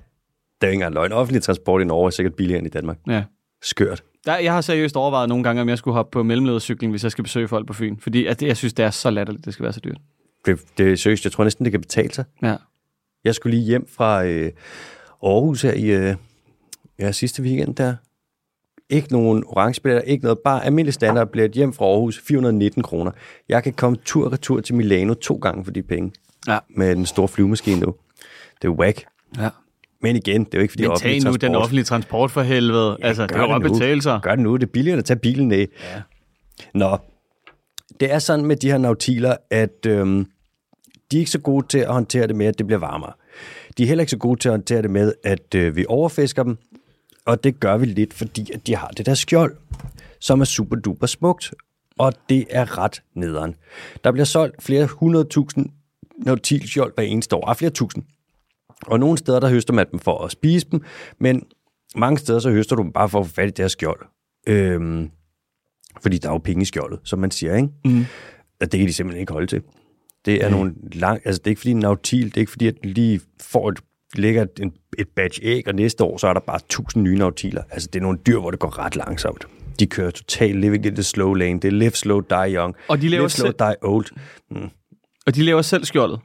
Det er jo ikke engang løgn. Offentlig transport i Norge er sikkert billigere end i Danmark. ja. Skørt. Der, jeg har seriøst overvejet nogle gange, om jeg skulle hoppe på mellemledercyklen, hvis jeg skal besøge folk på Fyn. Fordi at det, jeg synes, det er så latterligt, det skal være så dyrt. Det, det er seriøst. Jeg tror næsten, det kan betale sig. Ja. Jeg skulle lige hjem fra øh, Aarhus her i øh, ja, sidste weekend der. Ikke nogen orange billetter, ikke noget. Bare almindelig standard billet hjem fra Aarhus, 419 kroner. Jeg kan komme tur og retur til Milano to gange for de penge. Ja. Med den store flyvemaskine nu. Det er whack. ja. Men igen, det er jo ikke fordi Men offentlig tag nu den transport- offentlige transport for helvede. Ja, altså, det gør kan jo det godt nu. betale sig. Gør det nu, det er billigere end at tage bilen af. Ja. Nå, det er sådan med de her nautiler, at øhm, de er ikke så gode til at håndtere det med, at det bliver varmere. De er heller ikke så gode til at håndtere det med, at øh, vi overfisker dem, og det gør vi lidt, fordi at de har det der skjold, som er super duper smukt, og det er ret nederen. Der bliver solgt flere hundredtusind nautilskjold hver eneste år, ah, flere tusind. Og nogle steder, der høster man dem for at spise dem, men mange steder, så høster du dem bare for at få fat i deres skjold. Øhm, fordi der er jo penge i skjoldet, som man siger, ikke? Mm. Og det kan de simpelthen ikke holde til. Det er mm. nogle lang... Altså, det er ikke fordi en nautil, det er ikke fordi, at du lige får et, lægger et, en- et batch æg, og næste år, så er der bare tusind nye nautiler. Altså, det er nogle dyr, hvor det går ret langsomt. De kører totalt living in the slow lane. Det er live slow, die young. Og de laver live slow, selv- die old. Og de laver selv skjoldet?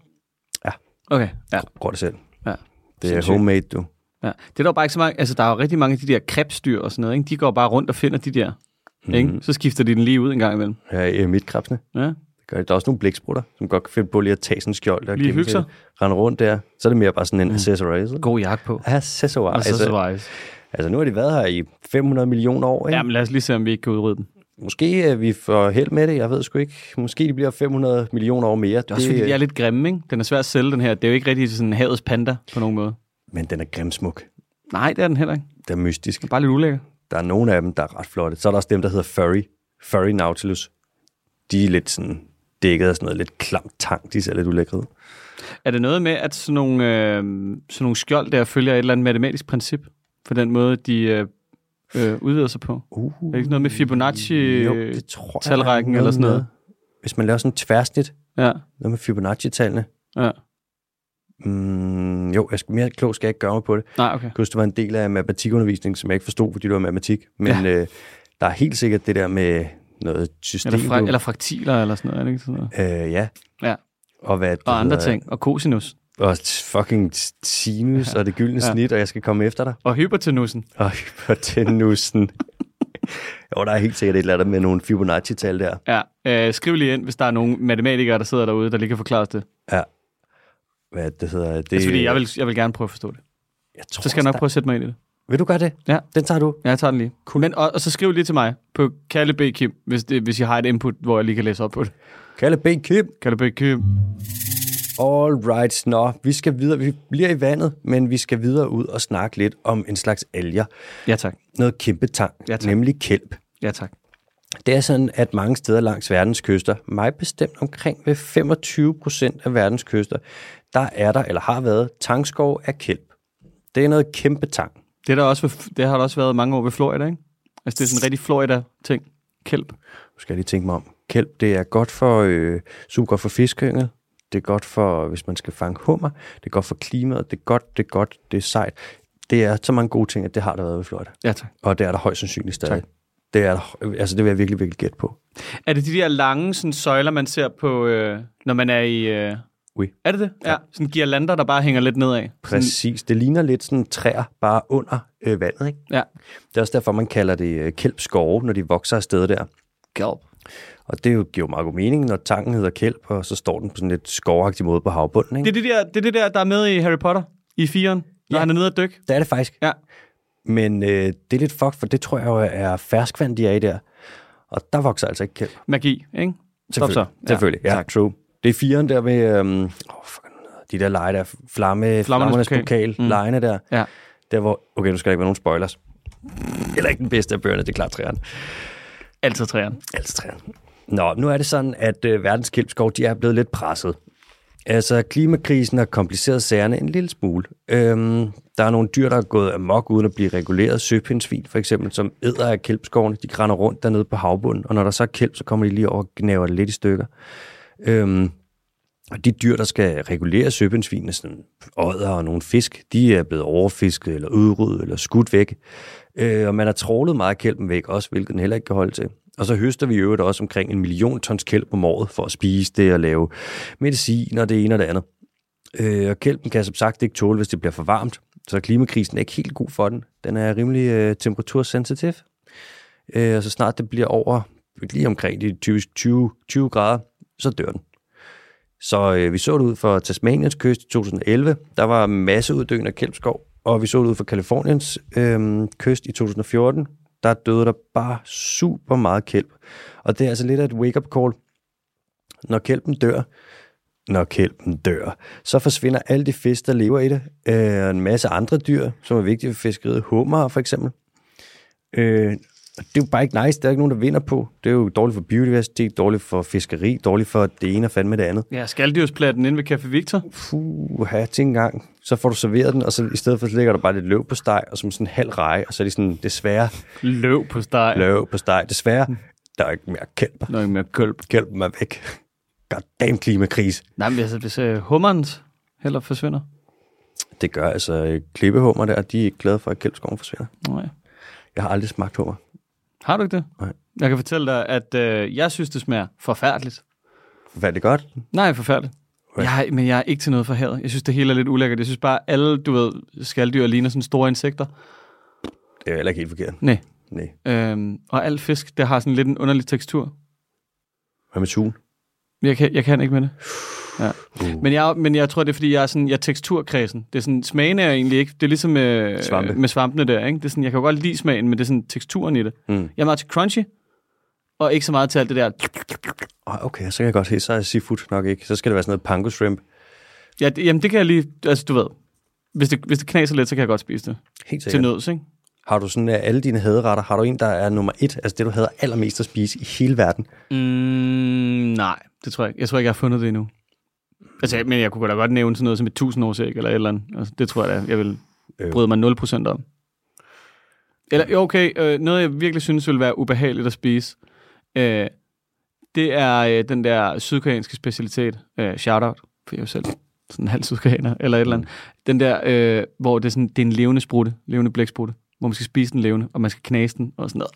Ja. Okay, ja. Går det selv. ja. Det er Sindssygt. homemade, du. Ja. Det er der jo bare ikke så mange, altså der er jo rigtig mange af de der krebsdyr og sådan noget, ikke? de går bare rundt og finder de der, mm-hmm. ikke? så skifter de den lige ud en gang imellem. Her i øh, midtkrebsene. Ja. Det gør det. Der er også nogle blæksprutter, som godt kan finde på lige at tage sådan en skjold der. Lige gemme hygge sig. Mm. til det. Rende rundt der. Så er det mere bare sådan en accessorize. God jagt på. Accessorize. Og så survives. Altså, nu har de været her i 500 millioner år, ikke? Jamen lad os lige se, om vi ikke kan udrydde dem. Måske øh, vi får held med det, jeg ved sgu ikke. Måske det bliver 500 millioner år mere. Det Det er også fordi, de er lidt grimme, ikke? Den er svær at sælge, den her. Det er jo ikke rigtig sådan havets panda på nogen måde. øh, Men den er grimsmuk. Nej, det er den heller ikke. Den er mystisk. Den er bare lidt ulækker. Der er nogle af dem, der er ret flotte. Så er der også dem, der hedder Furry. Furry Nautilus. De er lidt sådan dækket af sådan noget lidt klamt tang. De ser lidt ulækre ud. Er det noget med, at sådan nogle, øh, sådan nogle skjold der følger et eller andet matematisk princip? For den måde, de øh, øh, udvider sig på? Uh, Er det ikke noget med Fibonacci? jo, det tror jeg. talrækken der er eller sådan med. noget. Hvis man laver sådan et tværsnit, Ja, noget med Fibonacci-tallene. ja. Mm, jo, jeg skal, mere klog skal jeg ikke gøre mig på det. Nej, okay. Jeg kan huske, det var en del af matematikundervisningen, som jeg ikke forstod, fordi det var matematik. Men ja. øh, der er helt sikkert det der med noget system. Eller, fra, du- eller fraktiler eller sådan noget, er det ikke sådan noget? Øh, ja. Ja. Og, hvad det Og andre hedder, ting. Og cosinus. Og t- fucking t- sinus ja. og det gyldne Ja. ja. snit, og jeg skal komme efter dig. Og hypertenusen. Og hypotenusen. jo, der er helt sikkert et eller andet med nogle Fibonacci-tal der. Ja, øh, skriv lige ind, hvis der er nogen matematikere, der sidder derude, der lige kan forklare os det. Det Hvad det hedder det? er altså, fordi, jeg vil, jeg vil gerne prøve at forstå det. jeg tror, Så skal jeg nok prøve at sætte mig ind i det. Vil du gøre det? Ja. Den tager du. Ja, jeg tager den lige. Cool. Men, og, og, så skriv lige til mig på Kalle B. Kim, hvis, det, hvis I har et input, hvor jeg lige kan læse op på det. Kalle B. Kim. Kalle B. Kim. All right, nå. Vi skal videre. Vi bliver i vandet, men vi skal videre ud og snakke lidt om en slags alger. Ja, tak. Noget kæmpe tang, Ja, tak. nemlig kælp. Ja, tak. Det er sådan, at mange steder langs verdens kyster, mig bestemt omkring ved 25 procent af verdens kyster, der er der, eller har været, tangskov af kælp. Det er noget kæmpe tang. Det, er der også, ved- det har der også været mange år ved Florida, ikke? Altså, det er sådan en rigtig Florida-ting. Kælp. Nu skal jeg lige tænke mig om. Kælp, det er godt for, øh, super godt for fiskeyngel. Det er godt for, hvis man skal fange hummer. Det er godt for klimaet. Det er godt, det er godt, det er sejt. Det er så mange gode ting, at det har der været ved Florida. Ja, tak. Og det er der højst sandsynligt stadig. Det, er der, altså, det vil jeg virkelig, virkelig gætte på. Er det de der lange sådan, søjler, man ser på, øh, når man er i... Øh... Oui. Er det det? Ja. ja. Sådan girlander, der bare hænger lidt nedad. Præcis. Det ligner lidt sådan træer, bare under øh, vandet. Ikke? Ja. Det er også derfor, man kalder det øh, kælpskove, når de vokser afsted der. Kælp. Og det er jo- giver jo meget god mening, når tanken hedder kælp, og så står den på sådan lidt skovagtig måde på havbunden. Ikke? Det er det, der, det er det der, der er med i Harry Potter i 4'eren, når ja. Ja. han er nede at dykke. Det er det faktisk. Ja. Men øh, det er lidt fuck, for det tror jeg jo er ferskvand, de er i der. Og der vokser altså ikke kælp. Magi, ikke? Stop så. Selvfølgelig. Selvfølgelig, ja, tak. true. Det er firen der med, øhm, oh, fuck, de der lege der, flamme, flammernes pokal. pokal, mm. legene der. Ja. Der hvor, okay, nu skal der ikke være nogen spoilers. Eller ikke den bedste af bøgerne, det er klart træerne. Altid træerne. Altså træerne. Nå, nu er det sådan, at øh, verdens kælpskov, de er blevet lidt presset. Altså, klimakrisen har kompliceret sagerne en lille smule. Øhm, der er nogle dyr, der er gået amok uden at blive reguleret. Søpindsvin for eksempel, som æder af kælpskovene. De grænder rundt dernede på havbunden, og når der så er kælp, så kommer de lige over og gnaver det lidt i stykker. Øhm, og de dyr, der skal regulere søpindsvinene, sådan ådder og nogle fisk, de er blevet overfisket eller udryddet eller skudt væk. Øh, og man har trålet meget af kælpen væk også, hvilket den heller ikke kan holde til. Og så høster vi i øvrigt også omkring en million tons kælp om året for at spise det og lave medicin og det ene og det andet. Øh, og kælpen kan som sagt ikke tåle, hvis det bliver for varmt. Så klimakrisen er ikke helt god for den. Den er rimelig øh, temperatursensitiv. Øh, og så snart det bliver over lige omkring de typisk 20, 20 grader, så dør den. Så øh, vi så det ud for Tasmaniens kyst i 2011. Der var masse uddøen af kælpskov. Og vi så det ud for Kaliforniens øh, kyst i 2014. Der døde der bare super meget kælp. Og det er altså lidt af et wake-up call. Når kælpen dør, når kælpen dør, så forsvinder alle de fisk, der lever i det. Øh, og en masse andre dyr, som er vigtige for fiskeriet. Hummer for eksempel. Øh, og det er jo bare ikke nice. Der er ikke nogen, der vinder på. Det er jo dårligt for biodiversitet, dårligt for fiskeri, dårligt for det ene og fandme det andet Ja, skaldyrsplatten inde ved Café Victor. puha, til en gang. Så får du serveret den, og så i stedet for, så ligger der bare lidt løv på steg, og som sådan en halv reje, og så er det sådan, desværre, Løv på steg. løv på steg, desværre, der er ikke mere kælper. Nå, ikke mere kølp. Kælpen er væk. Goddamn klimakrise. Nej, men altså, hvis uh, hummerens heller forsvinder. Det gør altså øh, klippehummer der, de er ikke glade for, at kælpskoven forsvinder. Nej. Jeg har aldrig smagt hummer. Har du ikke det? Nej. Jeg kan fortælle dig, at øh, jeg synes, det smager forfærdeligt. Hvad er det godt? Nej, forfærdeligt. Okay. Jeg, men jeg er ikke til noget for havet. Jeg synes, det hele er lidt ulækkert. Jeg synes bare, alle, du ved, skaldyr ligner sådan store insekter. Det er jo heller ikke helt forkert. Nej. Nej. Øhm, og alt fisk, det har sådan lidt en underlig tekstur. Hvad med tun? Jeg kan, jeg kan ikke med det. Uh. Men jeg, men jeg tror, det er, fordi jeg er, sådan, jeg er teksturkredsen. Det er sådan, smagen er jeg egentlig ikke... Det er ligesom med, Svampe. med svampene der, ikke? Det er sådan, jeg kan jo godt lide smagen, men det er sådan teksturen i det. Mm. Jeg er meget til crunchy, og ikke så meget til alt det der... Oh, okay, så kan jeg godt se, så er seafood nok ikke. Så skal det være sådan noget panko shrimp. Ja, det, jamen, det kan jeg lige... Altså, du ved... Hvis det, hvis det knaser lidt, så kan jeg godt spise det. Helt Til sikkert. nøds, ikke? Har du sådan af alle dine haderetter, har du en, der er nummer et? Altså det, du hader allermest at spise i hele verden. Mm, nej, det tror jeg ikke. Jeg tror ikke, jeg har fundet det endnu. Altså, jeg- men jeg kunne da godt nævne sådan noget som et tusindårsæg eller et eller andet. Altså, det tror jeg da, jeg vil Øh. bryde mig 0% om. Eller, jo, okay, øh, noget jeg virkelig synes ville være ubehageligt at spise, øh, det er øh, den der sydkoreanske specialitet, øh, shoutout, for jeg er jo selv sådan en halv sydkoreaner, eller et eller andet. Den der, øh, hvor det er, sådan, det er en levende sprutte, levende blæksprutte, hvor man skal spise den levende, og man skal knase den, og sådan noget.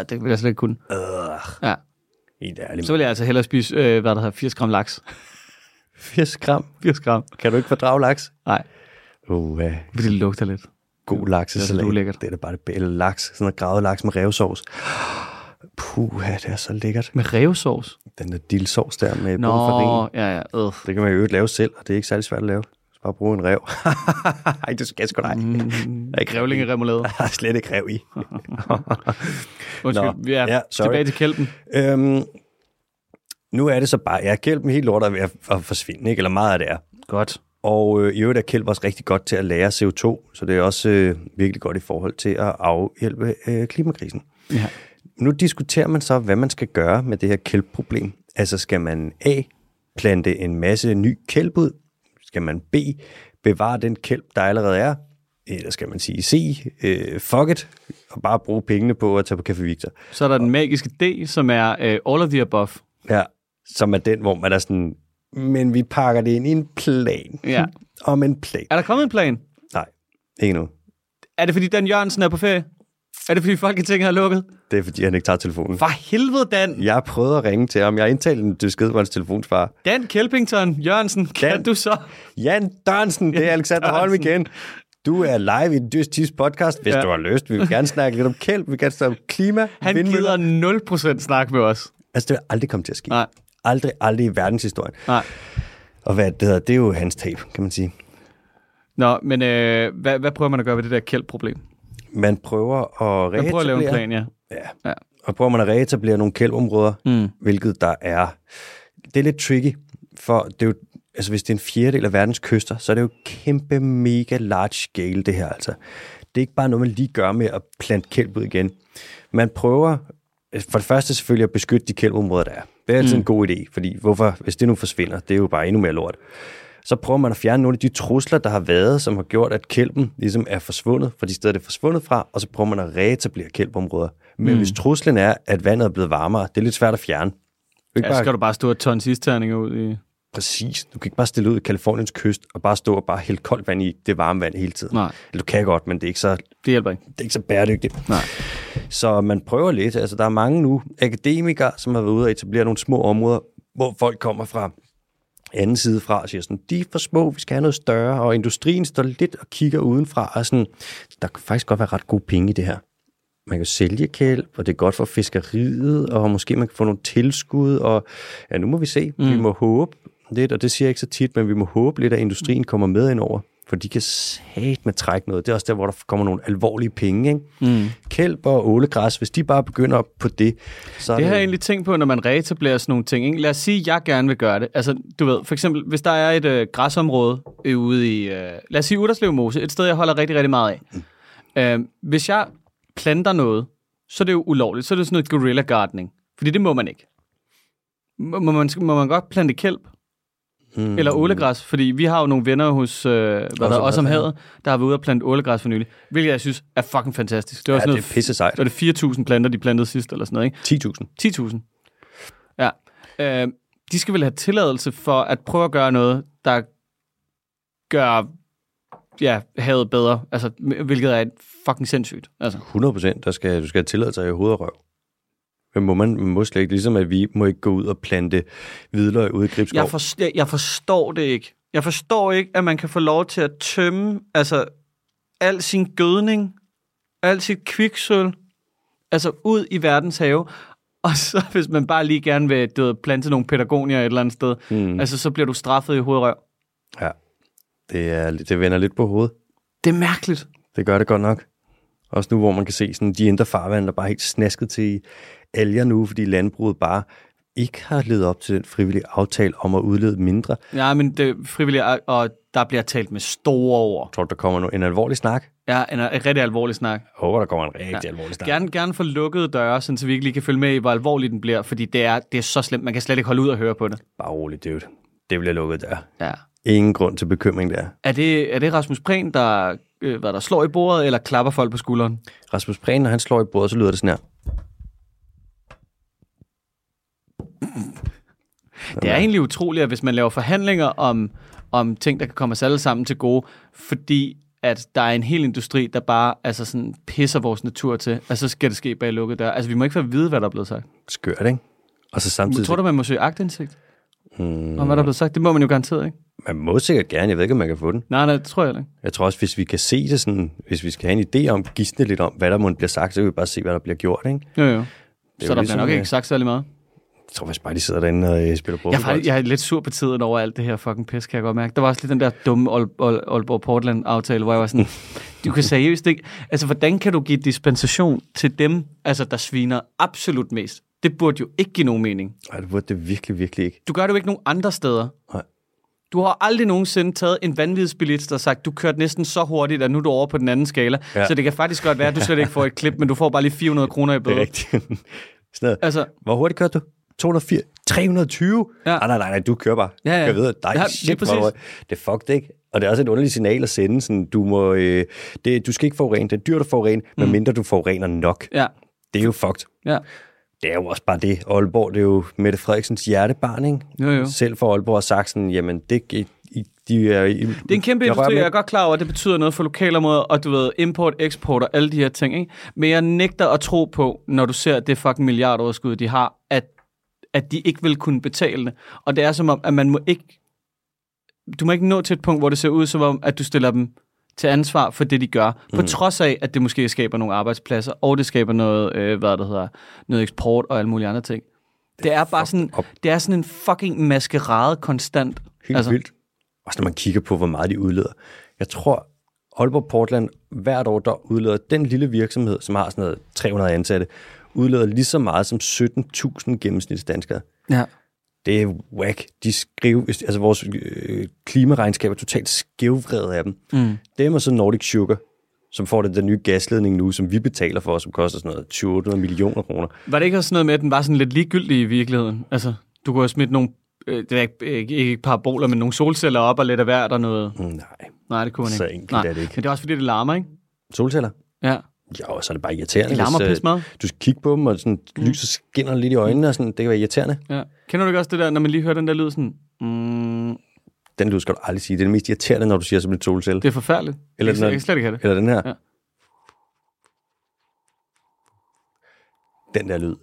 Øh, det vil jeg slet ikke kunne. Øh, Ja, helt ærligt. så vil jeg altså hellere spise, øh, hvad der hedder, 80 gram laks. 80 gram. 80 gram. Kan du ikke fordrage laks? Nej, Uh, uh, fordi det lugter lidt. god Det laksesalat. er så ulækkert. Det er da bare det be- Eller laks, sådan noget gravet laks med revsovs. Puh, det er så lækkert. Med revsauce? Den der dillsovs der med Nå, bonfarin. ja, ja. Øh. Det kan man jo i øvrigt lave selv, og det er ikke særlig svært at lave. Så bare bruge en rev. Ej, det skal jeg sgu da ikke. Mm, er ikke Grævlingeremoulade. Der er slet ikke rev i. Undskyld, Nå, vi er ja, ja, sorry. tilbage til kælpen. Øhm, nu er det så bare, ja, kælpen helt lort er ved at, at forsvinde, ikke? eller meget af det er. Godt. Og øh, i øvrigt er kælp også rigtig godt til at lære CO2, så det er også øh, virkelig godt i forhold til at afhjælpe øh, klimakrisen. Ja. Nu diskuterer man så, hvad man skal gøre med det her kælpproblem. Altså skal man A, plante en masse ny kælp ud? Skal man B, bevare den kælp, der allerede er? Eller skal man sige C, øh, fuck it, og bare bruge pengene på at tage på Café Victor? Så er der den magiske D, som er uh, all of the above. Ja, som er den, hvor man er sådan, men vi pakker det ind i en plan. Ja. Om en plan. Er der kommet en plan? Nej, ikke nu. Er det, fordi Dan Jørgensen er på ferie? Er det, fordi Folketinget er lukket? Det er, fordi han ikke tager telefonen. For helvede, Dan! Jeg prøvede at ringe til ham. Jeg indtalte en besked, hvor hans telefon svarer. Dan Kelpington Jørgensen, kan Dan. du så? Jan Dørnsen, det er Alexander Holm Dørensen. igen. Du er live i den dyst tids podcast, hvis ja. Ja. du har lyst. Vi vil gerne snakke lidt om kæld, vi vil gerne snakke om klima, Han vindmøller. gider 0% snak med os. Altså, det vil aldrig komme til at ske. Nej. Aldrig, aldrig i verdenshistorien. Nej. Og hvad det hedder, det er jo hans tab, kan man sige. Nå, men øh, hvad, hvad prøver man at gøre ved det der kældproblem? Man prøver at Man reetablere. prøver at lave en plan, ja. Ja. ja. Ja. Og prøver man at reetablere nogle kældområder, Mm. hvilket der er... Det er lidt tricky, for det er jo, altså hvis det er en fjerdedel af verdens kyster, så er det jo kæmpe, mega large scale, det her altså. Det er ikke bare noget, man lige gør med at plante kælp ud igen. Man prøver øh, for det første selvfølgelig at beskytte de kælpområder, der er. Det er altid mm. en god idé, fordi hvorfor, hvis det nu forsvinder, det er jo bare endnu mere lort. Så prøver man at fjerne nogle af de trusler, der har været, som har gjort, at kælpen ligesom er forsvundet fra de steder, det er forsvundet fra, og så prøver man at reetablere kælpområder. Men mm. hvis truslen er, at vandet er blevet varmere, det er lidt svært at fjerne. Du kan Ja, så skal du bare stå og tons isterninger ud i... Præcis. Du kan ikke bare stille ud i Kaliforniens kyst og bare stå og bare hælde koldt vand i det varme vand hele tiden. Nej. Eller du kan godt, men det er ikke så, det Det hjælper ikke. er ikke så bæredygtigt. Nej. Så man prøver lidt. Altså, der er mange nu akademikere, som har været ude og etablere nogle små områder, hvor folk kommer fra anden side fra og siger sådan, de er for små, vi skal have noget større, og industrien står lidt og kigger udenfra, og sådan, der kan faktisk godt være ret gode penge i det her. Man kan jo sælge kælp, og det er godt for fiskeriet, og måske man kan få nogle tilskud, og ja, nu må vi se. Mm. Vi må håbe lidt, og det siger jeg ikke så tit, men vi må håbe lidt, at industrien kommer med ind over, for de kan sat med trække noget. Det er også der, hvor der kommer nogle alvorlige penge. Ikke? Mm. Kælp og ålegræs, hvis de bare begynder på det, så er Det har jeg det, egentlig tænkt på, når man reetablerer sådan nogle ting. Ikke? Lad os sige, at jeg gerne vil gøre det. Altså, du ved, for eksempel, hvis der er et øh, græsområde øh, ude i, øh, lad os sige Udderslev Mose, et sted, jeg holder rigtig, rigtig meget af. Øh, hvis jeg planter noget, så er det jo ulovligt. Så er det sådan noget guerrilla gardening. Fordi det må man ikke. Må må man, må man godt plante kælp? Mm. Eller ålegræs? Fordi vi har jo nogle venner hos, øh, hvad der om også som Havet, havet, der har været ude og plante ålegræs for nylig. Hvilket jeg synes er fucking fantastisk. Det var ja, sådan det noget, er pisse sejt. var det 4.000 planter, de plantede sidst, eller sådan noget, ikke? 10.000. 10.000. Ja. Øh, de skal vel have tilladelse for at prøve at gøre noget, der gør ja, havet bedre, altså, hvilket er fucking sindssygt. Altså. 100 procent, der skal, du skal have tilladelse i hoved og røv. Men må man, man må slet ikke, ligesom at vi må ikke gå ud og plante hvidløg ude i Gribskov. Jeg, for, jeg, jeg forstår det ikke. Jeg forstår ikke, at man kan få lov til at tømme altså, al sin gødning, al sit kviksøl, altså ud i verdens have, og Og så hvis man bare lige gerne vil du ved, plante nogle pædagonier et eller andet sted, mm. altså så bliver du straffet i hovedrøv. Ja. Det, er, det vender lidt på hovedet. Det er mærkeligt. Det gør det godt nok. Også nu, hvor man kan se sådan, de indre farvand, der bare er helt snasket til alger nu, fordi landbruget bare ikke har levet op til den frivillige aftale om at udlede mindre. Ja, men det er frivilligt, og- og der bliver talt med store ord. Tror du, der kommer nu en alvorlig snak? Ja, en, en rigtig alvorlig snak. Jeg håber, der kommer en rigtig ja. alvorlig snak. Gerne, gerne for lukkede døre, sådan, så vi ikke lige kan følge med i, hvor alvorlig den bliver, fordi det er, det er så slemt. Man kan slet ikke holde ud og høre på det. Bare rolig, dude. Det bliver lukket der. Ja. Ingen grund til bekymring der. Er det, er det Rasmus Prehn, der, øh, hvad der slår i bordet, eller klapper folk på skulderen? Rasmus Prehn, når han slår i bordet, så lyder det sådan her. Det er egentlig utroligt, at hvis man laver forhandlinger om, om ting, der kan komme os alle sammen til gode, fordi at der er en hel industri, der bare altså sådan, pisser vores natur til, og så skal det ske bag lukkede døre. Altså, vi må ikke få at vide, hvad der er blevet sagt. Skørt, ikke? Og så samtidig... Tror du, man må søge agtindsigt? Hmm. Mm. Om hvad der er blevet sagt? Det må man jo garanteret, ikke? Man må sikkert gerne, jeg ved ikke, om man kan få den. Nej, nej, det tror jeg heller ikke. Jeg tror også, hvis vi kan se det sådan, hvis vi skal have en idé om, gisne lidt om, hvad der må bliver sagt, så kan vi bare se, hvad der bliver gjort, ikke? Jo, jo. jo Så der bliver ligesom, nok øh, ikke sagt særlig meget. Jeg tror faktisk bare, de sidder derinde og øh, spiller på. Jeg er, faktisk, jeg er lidt sur på tiden over alt det her fucking pis, kan jeg godt mærke. Der var også lidt den der dumme Aal- Aal- Aalborg-Portland-aftale, hvor jeg var sådan, du kan seriøst ikke... Altså, hvordan kan du give dispensation til dem, altså, der sviner absolut mest? Det burde jo ikke give nogen mening. Ej, det burde det virkelig, virkelig ikke. Du gør det jo ikke nogen andre steder. Nej. Du har aldrig nogensinde taget en vanvidsbillet, der har sagt, du kørte næsten så hurtigt, at nu er du over på den anden skala. Ja. Ja. Så det kan faktisk godt være, at du slet ikke får et klip, men du får bare lige 400 kroner i Det er bøde. rigtigt. sådan noget. Altså, Hvor hurtigt kører du? 280? 320? Ja. Ja. Ah, nej, nej, nej, du kører bare. Ja, ja. Jeg ved, dig, Ja, ja, lige shit, præcis. hvor hurtigt. det er fucked, ikke? Og det er også et underligt signal at sende. Sådan, du, må, øh, det, du skal ikke forurene. Det er dyrt at forurene, mm. medmindre du forurener nok. ja, Det er jo fucked. ja. Det er jo også bare det. Aalborg, det er jo Mette Frederiksens hjertebarn, ikke? Jo, jo. Selv for Aalborg har sagt sådan, jamen, det, i, i- de er... I, det Det er en kæmpe industri, jeg er godt klar over, at det betyder noget for lokalområdet, og du ved, import, eksport og alle de her ting, ikke? Men jeg nægter at tro på, når du ser det fucking milliardoverskud, de har, at, at de ikke vil kunne betale det. Og det er som om, at man må ikke... Du må ikke nå til et punkt, hvor det ser ud som om, at du stiller dem til ansvar for det, de gør. På trods af, at det måske skaber nogle arbejdspladser, og det skaber noget, øh, hvad det hedder, noget eksport og alle mulige andre ting. Det er bare sådan, up. det er sådan en fucking maskerade konstant. Helt altså. vildt. Også når man kigger på, hvor meget de udleder. Jeg tror, Aalborg Portland hvert år, der udleder den lille virksomhed, som har sådan noget 300 ansatte, udleder lige så meget som 17.000 gennemsnitsdanskere. Ja. Det er whack. De skriver, altså vores øh, klimaregnskab er totalt skævvredet af dem. Mm. Dem og så Nordic Sugar, som får den der nye gasledning nu, som vi betaler for, som koster sådan noget 200 millioner kroner. Var det ikke også sådan noget med, at den var sådan lidt ligegyldig i virkeligheden? Altså, du kunne have smidt nogle, øh, det er ikke, ikke, ikke paraboler, men nogle solceller op og lidt af hvert og noget. Mm, Nej. Nej, det kunne man ikke. Så enkelt Nej. er det ikke. Men det er også fordi, det larmer, ikke? Solceller? Ja. Ja, og så er det bare irriterende. De larmer hvis, øh, pisse meget. Mm. Du skal kigge på dem, og sådan, lyset skinner lidt i øjnene, og sådan, det kan være irriterende. ja. Kender du ikke også det der, når man lige hører den der lyd sådan, mm, Den lyd skal du aldrig sige. Det er det mest irriterende, når du siger som en solcelle. det er forfærdeligt. Eller Eller jeg, den er- jeg kan slet ikke have det. Eller den her. Ja. Ja. Den der lyd.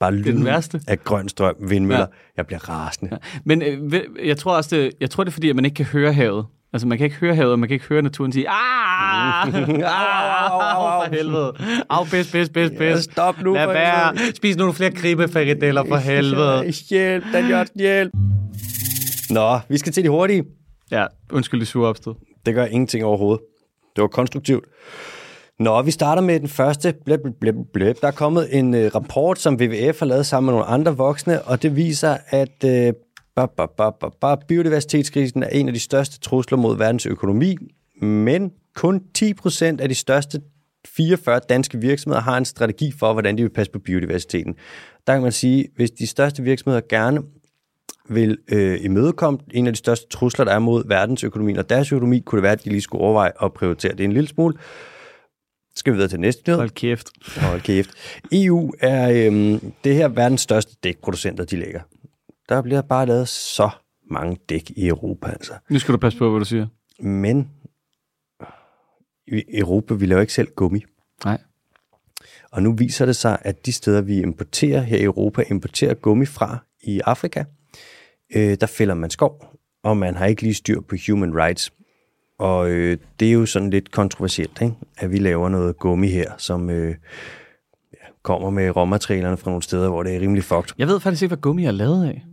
Bare lyden værste. af grøn strøm, vindmøller. Ja. Ja. Jeg bliver rasende. Ja. Men øh, ved- jeg tror også, det, jeg tror det er fordi, at man ikke kan høre havet. Altså, man kan ikke høre havet, og man kan ikke høre naturen sige, ah, au, for helvede. Au, pis, pis, pis, pis. Ja, stop nu, Lad for være. Spis nogle flere gribefrikadeller, for helvede. Hjælp, Dan Jørgensen, hjælp. Nå, vi skal til de hurtige. Ja, undskyld det sure opstød. Det gør ingenting overhovedet. Det var konstruktivt. Nå, vi starter med den første. Blæb, blæb, blæb. Der er kommet en øh, rapport, som WWF har lavet sammen med nogle andre voksne, og det viser, at øh, ba, ba, ba, ba, ba, biodiversitetskrisen er en af de største trusler mod verdens økonomi, men kun 10% af de største 44 danske virksomheder har en strategi for, hvordan de vil passe på biodiversiteten. Der kan man sige, hvis de største virksomheder gerne vil øh, imødekomme en af de største trusler, der er mod verdensøkonomien og deres økonomi, kunne det være, at de lige skulle overveje at prioritere det en lille smule. Så skal vi videre til næste nyhed. Hold kæft. Hold kæft. EU er øhm, det her verdens største dækproducenter, de lægger. Der bliver bare lavet så mange dæk i Europa, altså. Nu skal du passe på, hvad du siger. Men i Europa, vi laver ikke selv gummi. Nej. Og nu viser det sig, at de steder, vi importerer her i Europa, importerer gummi fra i Afrika, øh, der fælder man skov, og man har ikke lige styr på human rights. Og øh, det er jo sådan lidt kontroversielt, ikke? at vi laver noget gummi her, som øh, ja, kommer med råmaterialerne fra nogle steder, hvor det er rimelig fucked. Jeg ved faktisk ikke, hvad gummi er lavet af.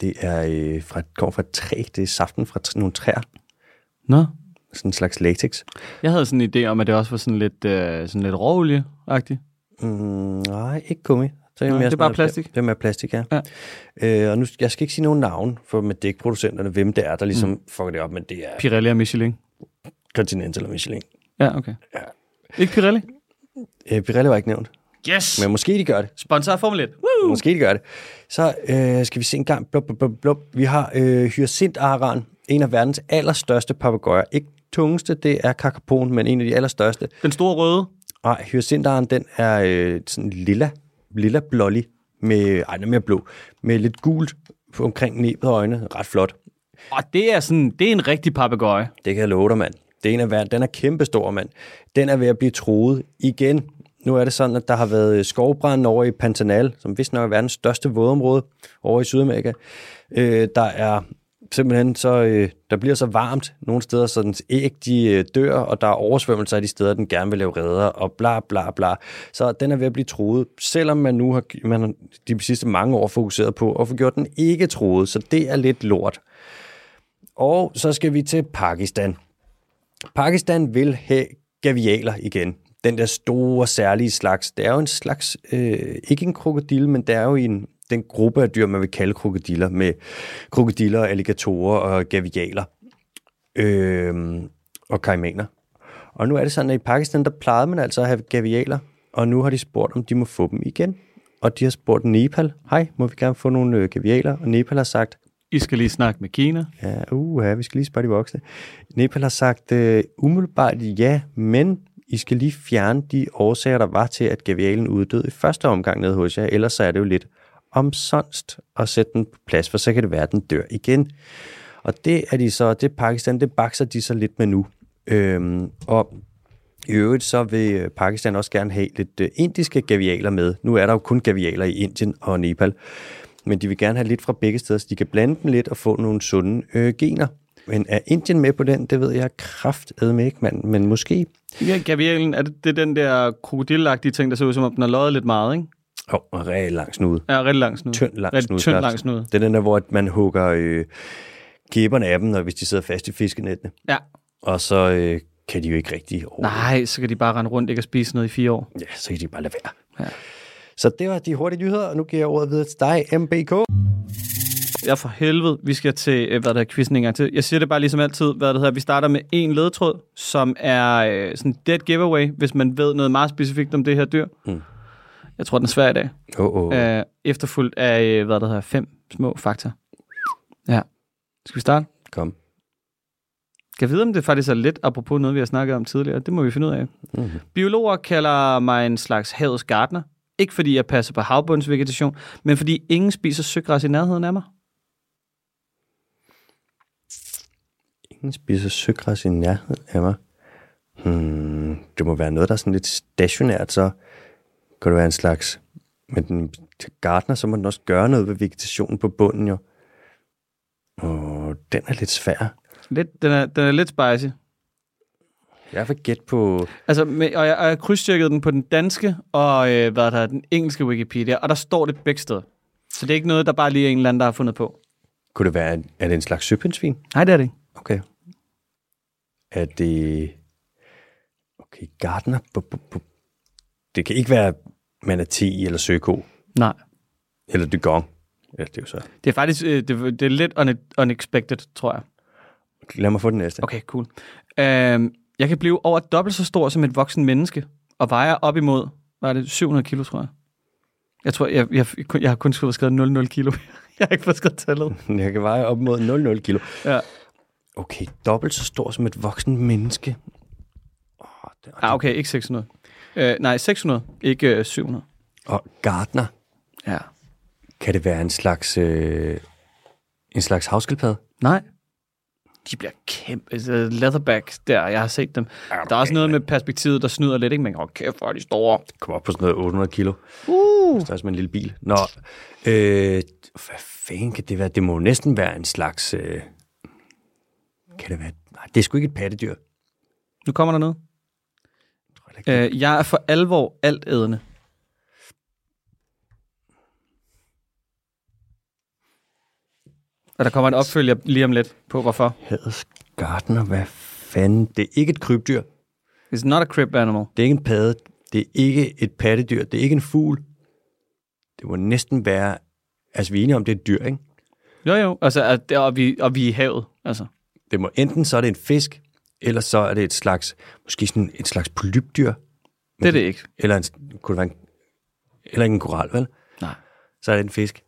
Det er øh, fra, kommer fra et træ, det er saften fra t- nogle træer, Nå. sådan en slags latex. Jeg havde sådan en idé om, at det også var sådan lidt, øh, sådan lidt råolie-agtigt. Mm, nej, ikke gummi. Så Nej, mere det er sådan bare noget- plastik. Det er mere plastik, ja. Ja. Øh, og nu, jeg skal ikke sige nogen navn for med dækproducenterne, hvem det er, der ligesom mm. fucker det op, men det er Pirelli og Michelin. Continental og Michelin. Ja, okay. Ikke Pirelli? Øh, Pirelli var ikke nævnt, Yes! men måske de gør det. Sponsor af Formel 1. Woo! Måske de gør det. Så øh, skal vi se en gang. Blub, blub, blub, blub. Vi har øh, hyacintaran, en af verdens allerstørste papegøjer. Ikke tungeste, det er kakapon, men en af de allerstørste. Den store røde. Nej, hyacintaren, den er øh, sådan lilla, lilla blålig, med, ej, den er mere blå, med lidt gult på- omkring næbet og øjnene. Ret flot. Og det er sådan, det er en rigtig papegøje. Det kan jeg love dig, mand. Det er en af hver. Den er kæmpestor, mand. Den er ved at blive troet igen. Nu er det sådan, at der har været øh, skovbrand over i Pantanal, som vist nok er verdens største vådområde over i Sydamerika. Øh, der er simpelthen så, øh, der bliver så varmt nogle steder, så dens æg de øh, dør, og der er oversvømmelser af de steder, den gerne vil lave redder, og bla bla bla. Så den er ved at blive troet, selvom man nu har, man har de sidste mange år fokuseret på at få gjort den ikke troet, så det er lidt lort. Og så skal vi til Pakistan. Pakistan vil have gavialer igen. Den der store, særlige slags. Det er jo en slags, øh, ikke en krokodille, men det er jo en, den gruppe af dyr, man vil kalde krokodiller, med krokodiller, alligatorer og gavialer øh, og kaimaner. Og nu er det sådan, at i Pakistan, der plejede man altså at have gavialer, og nu har de spurgt, om de må få dem igen. Og de har spurgt Nepal, hej, må vi gerne få nogle øh, gavialer? Og Nepal har sagt, I skal lige snakke med Kina. Ja, uha, vi skal lige spørge de voksne. Nepal har sagt øh, umiddelbart ja, men I skal lige fjerne de årsager, der var til, at gavialen uddøde i første omgang nede hos jer, ellers så er det jo lidt omsonst at sætte den på plads, for så kan det være, at den dør igen. Og det er de så, det er Pakistan, det bakser de så lidt med nu. Øhm, og i øvrigt så vil øh, Pakistan også gerne have lidt øh, indiske gavialer med. Nu er der jo kun gavialer i Indien og Nepal. Men de vil gerne have lidt fra begge steder, så de kan blande dem lidt og få nogle sunde øh, gener. Men er Indien med på den? Det ved jeg kraftedme ikke, mand. Men måske. Ja, Gavialen, er det, det er den der krokodillagtige ting, der ser ud som om, den har løjet lidt meget, ikke? Åh, oh, rigtig lang snude. Ja, rigtig lang snude. Tynd lang Rigtig snude. tynd slags. lang snude. Det er den der, hvor man hugger øh, kæberne af dem, og hvis de sidder fast i fiskenettene. Ja. Og så øh, kan de jo ikke rigtig over. Nej, så kan de bare rende rundt ikke og spise noget i fire år. Ja, så kan de bare lade være. Ja. Så det var de hurtige nyheder, og nu giver jeg ordet videre til dig, MBK. Ja, for helvede. Vi skal til, øh, hvad der er quizzen en gang til. Jeg siger det bare ligesom altid, hvad det hedder. Vi starter med en ledtråd, som er øh, sådan dead giveaway, hvis man ved noget meget specifikt om det her dyr. Mm. Jeg tror, den er svær i dag. Åh, oh, oh. Øh, efterfulgt af, øh, hvad der hedder, fem små fakta. Ja. Skal vi starte? kom. Kan vide, om det faktisk er lidt apropos noget, vi har snakket om tidligere. Det må vi finde ud af. Mhm. Biologer kalder mig en slags havets gartner. Ikke fordi jeg passer på havbundsvegetation, men fordi ingen spiser søgræs i nærheden af mig. Ingen spiser søgræs i nærheden af mig. Hmm, det må være noget, der er sådan lidt stationært, så kan det være en slags... Men den til gartner, så må den også gøre noget ved vegetationen på bunden jo. Og den er lidt svær. Lidt, den, er, den er lidt spicy. Jeg vil gætte på... Altså, med, og jeg, og jeg krydstjekkede den på den danske og øh, hvad der er, den engelske Wikipedia, og der står det begge steder. Så det er ikke noget, der bare lige er en eller anden, der har fundet på. Kunne det være, er det en slags søpindsvin? Nej, det er det ikke. Okay. Er det... Okay, gartner... Bu- bu- bu- Det kan ikke være manatee eller søko, Nej. eller dygong. Ja, det er jo så. Det er faktisk øh, det, det er lidt une- unexpected, tror jeg. Lad mig få den næste. Okay, cool. Øhm, jeg kan blive over dobbelt så stor som et voksen menneske, og vejer op imod, hvad er det, 700 kilo, tror jeg. Jeg tror, jeg, jeg, jeg har kun skrevet skrevet 00 kilo. jeg har ikke fået skrevet tallet. Jeg kan veje op mod 0,0 kilo. Ja. Okay, dobbelt så stor som et voksen menneske. Åh, det, Ah, okay, ikke 600. Øh, nej, 600, ikke øh, 700. Og gardner, Ja. kan det være en slags, øh, en slags havskildpadde? Nej. De bliver kæmpe. Altså, leatherback der, jeg har set dem. Der er også noget med perspektivet, der snyder lidt, ikke? Man kan åh, kæft, hvor er de store. Kom op på sådan noget 800 kilo. Uh. Det er som en lille bil. Nå, øh, hvad fanden kan det være? Det må jo næsten være en slags... Øh, kan det være... Nej, det er sgu ikke et pattedyr. Nu kommer der noget. Tror jeg da ikke. Øh, jeg er for alvor altædende. Og der kommer en opfølger lige om lidt på, hvorfor. Hadets gardner, hvad fanden? Det er ikke et krybdyr. It's not a crib animal. Det er ikke en padde. Det er ikke et pattedyr. Det er ikke en fugl. Det må næsten være... Altså, vi er enige om, det er et dyr, ikke? Jo, jo. Altså, at det, og, vi, og vi er i havet. Altså. Det må enten så er det en fisk, eller så er det et slags, måske sådan et slags polypdyr, Det er det ikke. eller en, kunne det være en, eller ikke en koral, vel? Nej. Så er det en fisk.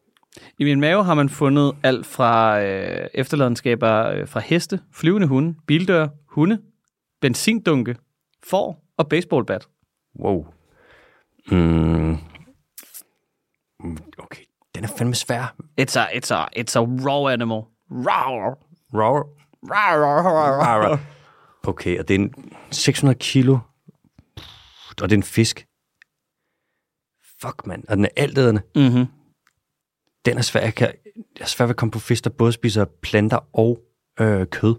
I min mave har man fundet alt fra øh, efterladenskaber øh, fra heste, flyvende hunde, bildør, hunde, benzindunke, får og baseballbat. Wow. Mm. Mm, Okay, den er fandme svær. It's a, it's a, it's a raw animal. Raw. Roar. Raw, raw, raw, raw. Roar. Ah, Okay, og det er en 600 kilo, og det er en fisk. Fuck, mand. Og den er altædende. Mm-hmm. Den er svær. Jeg, kan, jeg er svær ved at komme på fisk, der både spiser planter og øh, kød.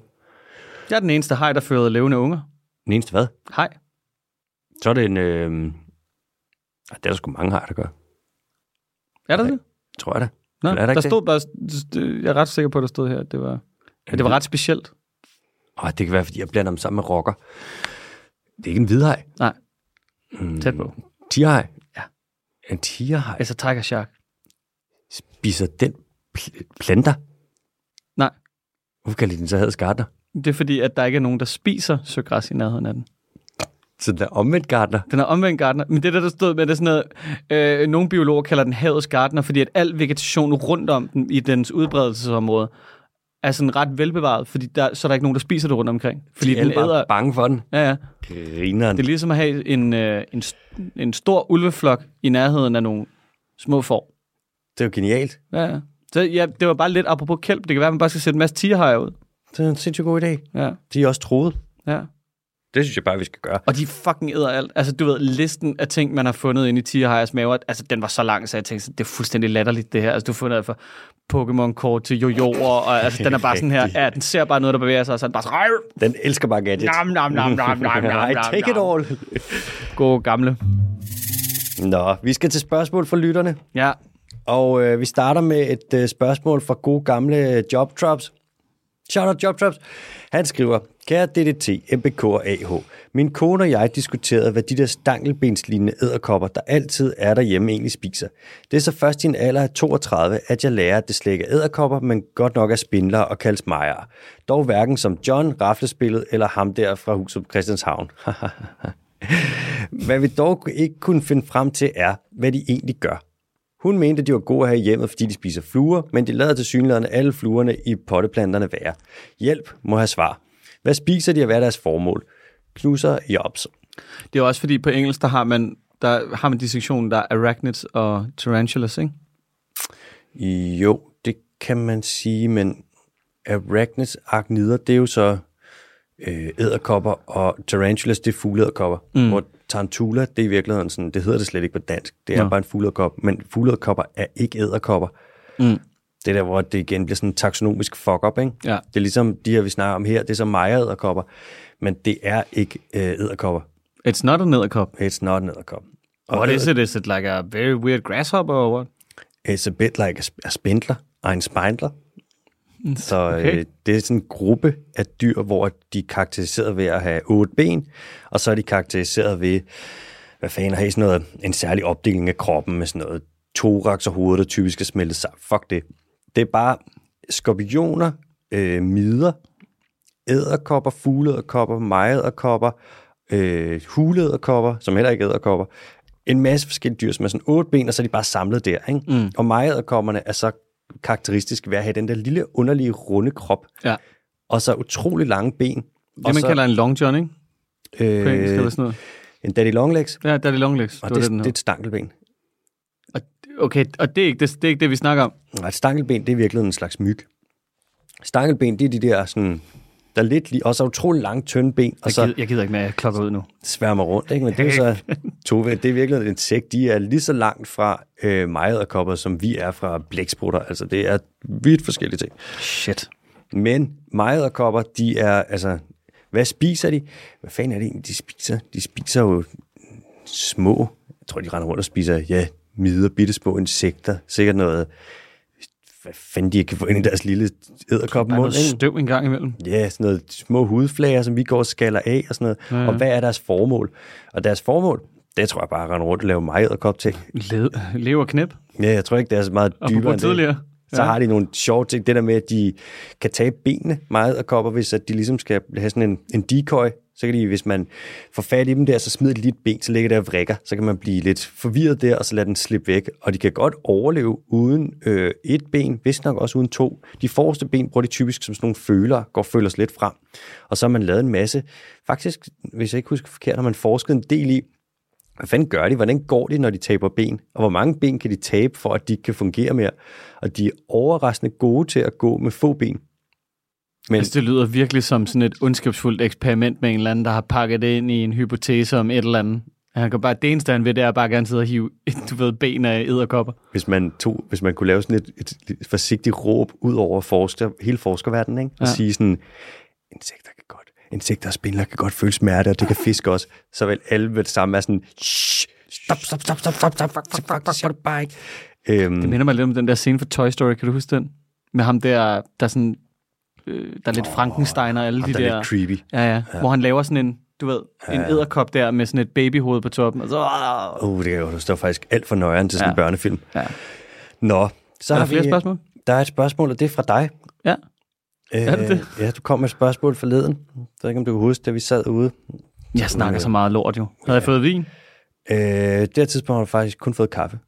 Jeg er den eneste hej, der føder levende unger. Den eneste hvad? Hej. Så er det en... Øh... ej, Det er der sgu mange hajer, der gør. Er der Nej. det? Tror jeg da. Nå, Men er der der, der ikke det? stod bare, jeg er ret sikker på, at der stod her, at det var, at det var ret specielt. Åh, det kan være, fordi jeg blander dem sammen med rocker. Det er ikke en hvidhaj. Nej. Mm, Tæt på. Tigerhaj? Ja. En tigerhaj? Altså tiger shark. Spiser den pl- planter? Nej. Hvorfor kalder de den så havde gardner? Det er fordi, at der ikke er nogen, der spiser søgræs i nærheden af den. Så den er omvendt gardner. Den er omvendt gardner. Men det der, der stod med, det er sådan noget, øh, nogle biologer kalder den havets gardner, fordi at al vegetation rundt om den i dens udbredelsesområde er sådan ret velbevaret, fordi der, så er der ikke nogen, der spiser det rundt omkring. Fordi De er den alle æder... bare bange for den. Ja, ja. Grineren. Det er ligesom at have en, øh, en, st- en stor ulveflok i nærheden af nogle små får. Det er jo genialt. Ja, ja. Så ja, det var bare lidt apropos kælp. Det kan være, at man bare skal sætte en masse tigerhajer ud. Det er en sindssygt god idé. Ja, De er også troet. ja. Det synes jeg bare, vi skal gøre. Og de fucking æder alt. Altså, du ved, listen af ting, man har fundet inde i tigerhejers maver, altså, den var så lang, så jeg tænkte, sådan, det er fuldstændig latterligt, det her. Altså, du har fundet alt fra Pokémon-kort til jojoer, og altså, den er bare sådan her, ja, den ser bare noget, der bevæger sig, og så er den bare sådan, "Rrr, Den elsker bare gadgets. nam, nam, nam, nam, nam, nam, Nej, nam, take it nam." all. Gode gamle. Nå, vi skal til spørgsmål fra lytterne. Ja, Og øh, vi starter med et øh, spørgsmål fra gode gamle JobTrops. Shout out JobTrops. Han skriver, kære DDT, MBK og AH, min kone og jeg diskuterede, hvad de der stankelbenslignende æderkopper, der altid er derhjemme, egentlig spiser. Det er så først i en alder af 32, at jeg lærer, at det slet ikke er æderkopper, men godt nok er spindlere og kaldes mejer. Dog hverken som John, raflespillet eller ham der fra huset på Christianshavn. Hvad vi dog ikke kunne finde frem til er, hvad de egentlig gør. Hun mente, de var gode at have i hjemmet, fordi de spiser fluer, men de lader til synligheden alle fluerne i potteplanterne være. Hjælp må have svar. Hvad spiser de, og hvad er deres formål? Knuser jobs. det er også fordi, på engelsk, der har man, der har man distinktionen, der er arachnids og tarantulas, ikke? Jo, det kan man sige, men arachnids arachnider, det er jo så øh, æderkopper, og tarantulas, det er fugleæderkopper. Mm. Hvor tarantula, det er i virkeligheden sådan, det hedder det slet ikke på dansk. Det er Nå. bare en fugleæderkop, men fugleæderkopper er ikke æderkopper. Mm. Det er der, hvor det igen bliver sådan en taksonomisk fuck-up, ikke? Ja. Det er ligesom de her, vi snakker om her, det er så mejeræderkopper, men det er ikke øh, æderkopper. It's not an æderkop. It's not an æderkop. Og What det- is it? Is it like a very weird grasshopper or what? It's a bit like a sp- a spindler og en spindler. Så okay. okay. øh, det er sådan en gruppe af dyr, hvor de er karakteriseret ved at have otte ben, og så er de karakteriseret ved, hvad fanden, at have sådan noget, en særlig opdeling af kroppen med sådan noget thorax og hovedet, der typisk er smeltet sammen. Fuck det. Det er bare skorpioner, øh, midder, æderkopper, fugleæderkopper, mejeæderkopper, øh, huleæderkopper, som heller ikke er æderkopper. En masse forskellige dyr, som er sådan otte ben, og så er de bare samlet der. Ikke? Mm. Og mejeæderkopperne er så karakteristisk ved at have den der lille, underlige, runde krop, Ja. og så utrolig lange ben. Det, man kalder en long john, ikke? På engelsk eller øh, sådan noget. en daddy longlegs, Ja, der er det long legs. og var det, det, den hed. det er et stankelben. Og, okay, og det er, ikke det, det er ikke det, vi snakker om. Nej, et stankelben, det er virkelig en slags myg. Stankelben, det er de der sådan, der er lidt lige, og så utrolig lange, tynde ben, og Jeg, så gider, jeg gider ikke med at klokke ud nu. sværmer rundt, ikke? Men det er jo så, Tove, det er virkelig et insekt. De er lige så langt fra øh, mejeræderkopper, som vi er fra blæksprutter. Altså, det er vidt forskellige ting. Shit. Men mejeræderkopper, de er, altså, hvad spiser de? Hvad fanden er det egentlig, de spiser? De spiser jo små, jeg tror, de render rundt og spiser, ja, midder, bitte små insekter. Sikkert noget hvad fanden de kan få ind i deres lille Der er æderkopmund. noget ikke? støv en gang imellem. Ja, sådan noget små hudflager, som vi går og skaller af og sådan noget. Ja, Ja, ja. ja. Og hvad er deres formål? Og deres formål, det tror jeg bare er at rende rundt og lave mig æderkop ting. Led, lever knep. Ja, jeg tror ikke, det er så meget Og dybere på end det. tidligere. Så har de nogle sjove ting. Det der med, at de kan tage benene meget og kopper, hvis at de ligesom skal have sådan en, en decoy. Så kan de, hvis man får fat i dem der, så smider de lige et ben, så ligger der og vrikker. Så kan man blive lidt forvirret der, og så lader den slippe væk. Og de kan godt overleve uden øh, et ben, hvis nok også uden to. De forreste ben bruger de typisk som sådan nogle føler, går og føler sig lidt frem. Og så har man lavet en masse. Faktisk, hvis jeg ikke husker forkert, har man forsket en del i, hvad fanden gør de? Hvordan går de, når de taber ben? Og hvor mange ben kan de tabe, for at de ikke kan fungere mere? Og de er overraskende gode til at gå med få ben. Men Altså, det lyder virkelig som sådan et ondskabsfuldt eksperiment med en eller anden, der har pakket det ind i en hypotese om et eller andet. Han kan bare, det eneste, han vil, det er bare gerne sidde og hive, du ved, ben af æderkopper. hvis man, tog, hvis man kunne lave sådan et, et, et forsigtigt råb ud over forsker, hele forskerverdenen, ikke? og Ja. ja. sige sådan, insekter kan godt, insekter og spindler kan godt føle smerte, og det kan fisk også, så vil alle ved det samme være sådan, "Shh, stop, stop, stop, stop, stop, stop, fuck, fuck, fuck, det siger du bare ikke. Det Øhm, minder mig lidt om den der scene fra Toy Story, kan du huske den? Med ham der, der sådan, øh, der er lidt Frankenstein og alle de det er der... lidt creepy. Ja, ja, Hvor han laver sådan en, du ved, en æderkop der med sådan et babyhoved på toppen. Og så, der Uh, det kan jeg godt forstå faktisk alt for nøjeren til sådan en Ja. børnefilm. Ja. Nå, så er har der flere vi, spørgsmål? Der er et spørgsmål, og det er fra dig. Ja. Er det det? Øh, Ja, du kom med et spørgsmål forleden. Jeg ved ikke, om du kan huske, da vi sad ude. Jeg snakker så meget lort jo. Havde jeg fået vin? Øh, det her tidspunkt har du faktisk kun fået kaffe.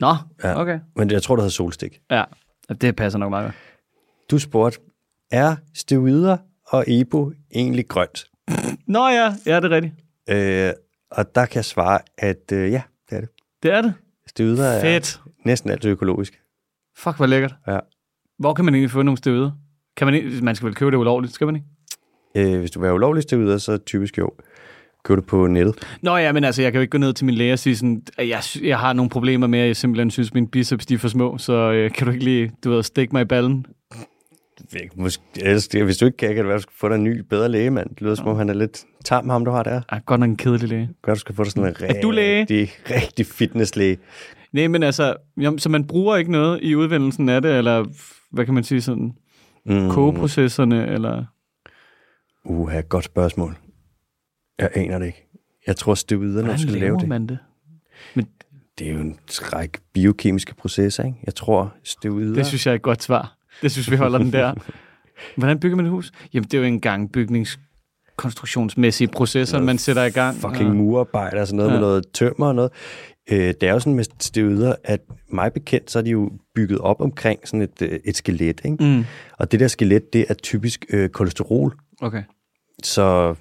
Nå, Ja. okay. Men jeg tror, du havde solstik. Ja, det passer nok meget godt. Du spurgte, er steroider og Ebo egentlig grønt? Nå ja, ja, det er rigtigt. Øh, og der kan jeg svare, at øh, ja, det er det. Det er det. Steroider Ja. er Fedt. næsten altid økologisk. Fuck, hvor lækkert. Ja. Hvor kan man egentlig få nogle steder? Kan man, ikke- man skal vel købe det ulovligt, skal man ikke? Øh, hvis du vil have ulovlig steroider, så typisk jo. Køber du på nettet. Nå ja, men altså, jeg kan jo ikke gå ned til min læge og sige sådan, at jeg, sy- jeg har nogle problemer med, at jeg simpelthen synes, mine biceps de er for små, så øh, kan du ikke lige, du ved, stikke mig i ballen? Ikke, Måske, ellers, det- hvis du ikke kan, kan det være, at du skal få dig en ny, bedre læge, mand. Det lyder, som om han er lidt tam, ham du har der. Ej, godt nok en kedelig læge. Gør, du skal få dig sådan en Er du læge? rigtig, rigtig fitnesslæge. Nej, men altså, jamen, så man bruger ikke noget i udvendelsen af det, eller hvad kan man sige sådan, Mm. kogeprocesserne, eller... Uha, godt spørgsmål. Jeg aner det ikke. Jeg tror, steroiderne Hvordan skal lave laver det. man det? Det er jo en række biokemiske processer, ikke? Jeg tror, steroider... Det synes jeg er et godt svar. Det synes vi holder den der. Hvordan bygger man et hus? Jamen, det er jo en gang bygningskonstruktionsmæssige processer, man sætter i gang. Fucking ja. og- murarbejder og sådan noget ja. Ja. med noget tømmer og noget. Øh, det er jo sådan med steroider, at mig bekendt, så er de jo bygget op omkring sådan et, øh, et skelet, ikke? Mm. Og det der skelet, det er typisk øh, kolesterol. Ah. Okay. Så...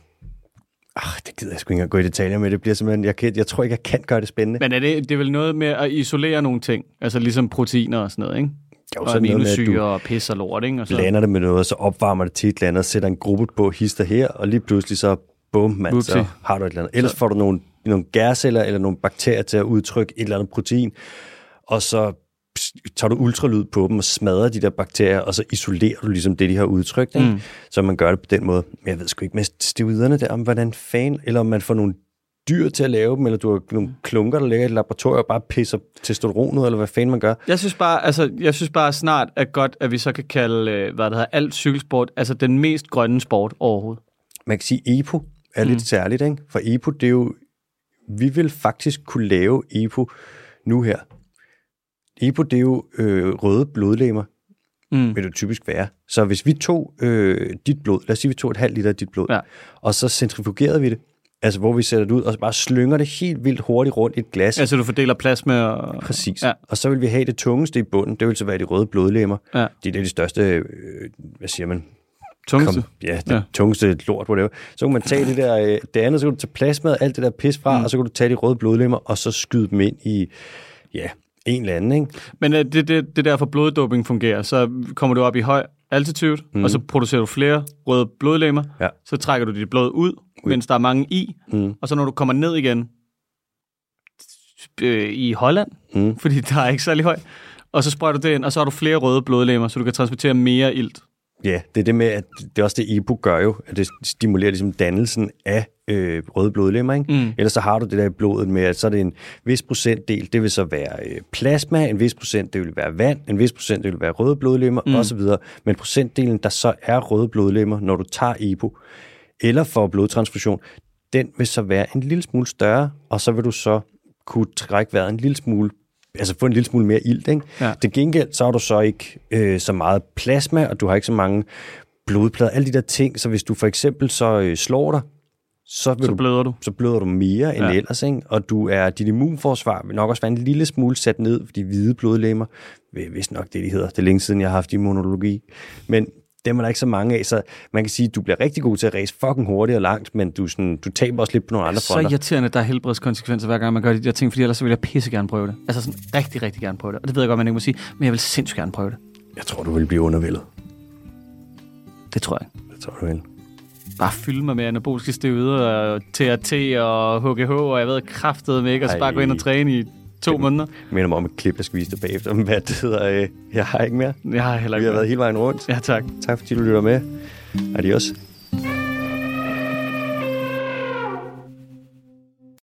Ach, det gider jeg sgu ikke engang gå i detaljer med. Det bliver simpelthen... Jeg, kan, jeg tror ikke, jeg kan gøre det spændende. Men er det, det er vel noget med at isolere nogle ting? Altså ligesom proteiner og sådan noget, ikke? jo, Og sådan noget med, at aminosyre og pis og lort, ikke? Og så, blander det med noget, så opvarmer det til et eller andet, sætter en gruppe på hister her, og lige pludselig så, bum, man, Upsi. så har du et eller andet. Ellers får du nogle, nogle gærceller eller nogle bakterier til at udtrykke et eller andet protein, og så pst, tager du ultralyd på dem og smadrer de der bakterier, og så isolerer du ligesom det, de har udtrykt. Ikke? Mm. Mm. Så man gør det på den måde. Men jeg ved sgu ikke med steroiderne der, om hvordan fan, eller om man får nogle dyr til at lave dem, eller du har nogle klunker, der ligger i et laboratorium og bare pisser testosteron ud, eller hvad fanden man gør. Jeg synes bare, altså, jeg synes bare snart er godt, at vi så kan kalde, øh, hvad det hedder, alt cykelsport, altså den mest grønne sport overhovedet. man kan sige, EPO er mm. lidt særligt, ikke? For EPO, det er jo... Vi vil faktisk kunne lave EPO nu her. EPO, det er jo øh, røde blodlegemer, Mm. vil det jo typisk være. Så hvis vi tog øh, dit blod, lad os sige, vi tog et halvt liter af dit blod, Ja. og så centrifugerede vi det, altså hvor vi sætter det ud, og så bare slynger det helt vildt hurtigt rundt i et glas. Altså, du fordeler øh, plasma og... Præcis. Ja. Ja. Og så vil vi have det tungeste i bunden, det vil så være de røde blodlegemer. Ja. Det er det de største, øh, hvad siger man, Tungeste. Kom, ja, det Ja. ja. tungeste lort, whatever. Så kan man tage det der, øh, det andet, så kan du tage plasmaet, alt det der pis fra, mm. og så kan du tage de røde blodlemmer, og så skyde dem ind i, ja, en eller anden, ikke? Men øh, det, det, det er derfor bloddoping fungerer. Så kommer du op i høj altitude, mm. og så producerer du flere røde blodlegemer. Ja. Så trækker du dit blod ud, mens der er mange i. Mm. Og så når du kommer ned igen øh, i Holland, mm. fordi der er ikke særlig høj, og så sprøjter du det ind, og så har du flere røde blodlegemer, så du kan transportere mere ilt. Ja, det er det med, at det er også det, Ibu gør jo, at det stimulerer ligesom dannelsen af øh, røde blodlemmer, ikke? Mm. Ellers så har du det der i blodet med, at så er det en vis procentdel, det vil så være øh, plasma, en vis procent, det vil være vand, en vis procent, det vil være røde blodlemmer, mm. osv. Men procentdelen, der så er røde blodlemmer, når du tager Ibu, eller får blodtransfusion, den vil så være en lille smule større, og så vil du så kunne trække vejret en lille smule altså få en lille smule mere ilt. Ikke? Ja. Ja. Til gengæld, så har du så ikke øh, så meget plasma, og du har ikke så mange blodplader, alle de der ting. Så hvis du for eksempel så øh, slår dig, så, vil Så så, du, bløder du. så bløder du mere end Ja. ja. ellers, ikke? og du er, dit immunforsvar vil nok også være en lille smule sat ned, for de hvide blodlemmer, hvis nok det, de hedder. Det er længe siden, jeg har haft immunologi. Men dem er der ikke så mange af, så man kan sige, at du bliver rigtig god til at race fucking hurtigt og langt, men du, er sådan, du taber også lidt på nogle andre Så fronter. irriterende, at der er helbredskonsekvenser hver gang, man gør de der ting, fordi ellers så vil jeg pisse gerne prøve det. Altså sådan rigtig, rigtig gerne prøve det. Og det ved jeg godt, man ikke må sige, men jeg vil sindssygt gerne prøve det. Jeg tror, du vil blive undervældet. Det tror jeg. Jeg tror, du vil. Bare fylde mig med anaboliske steroider og TRT og HGH, og jeg ved kraftet med ikke, og så bare Ej. gå ind og træne i to måneder. Jeg minder mig om et klip, jeg skal vise dig bagefter, om hvad det hedder. Øh, jeg har ikke mere. Jeg har heller Vi ikke har været hele vejen rundt. Ja, tak. Tak fordi du lytter med. Adios.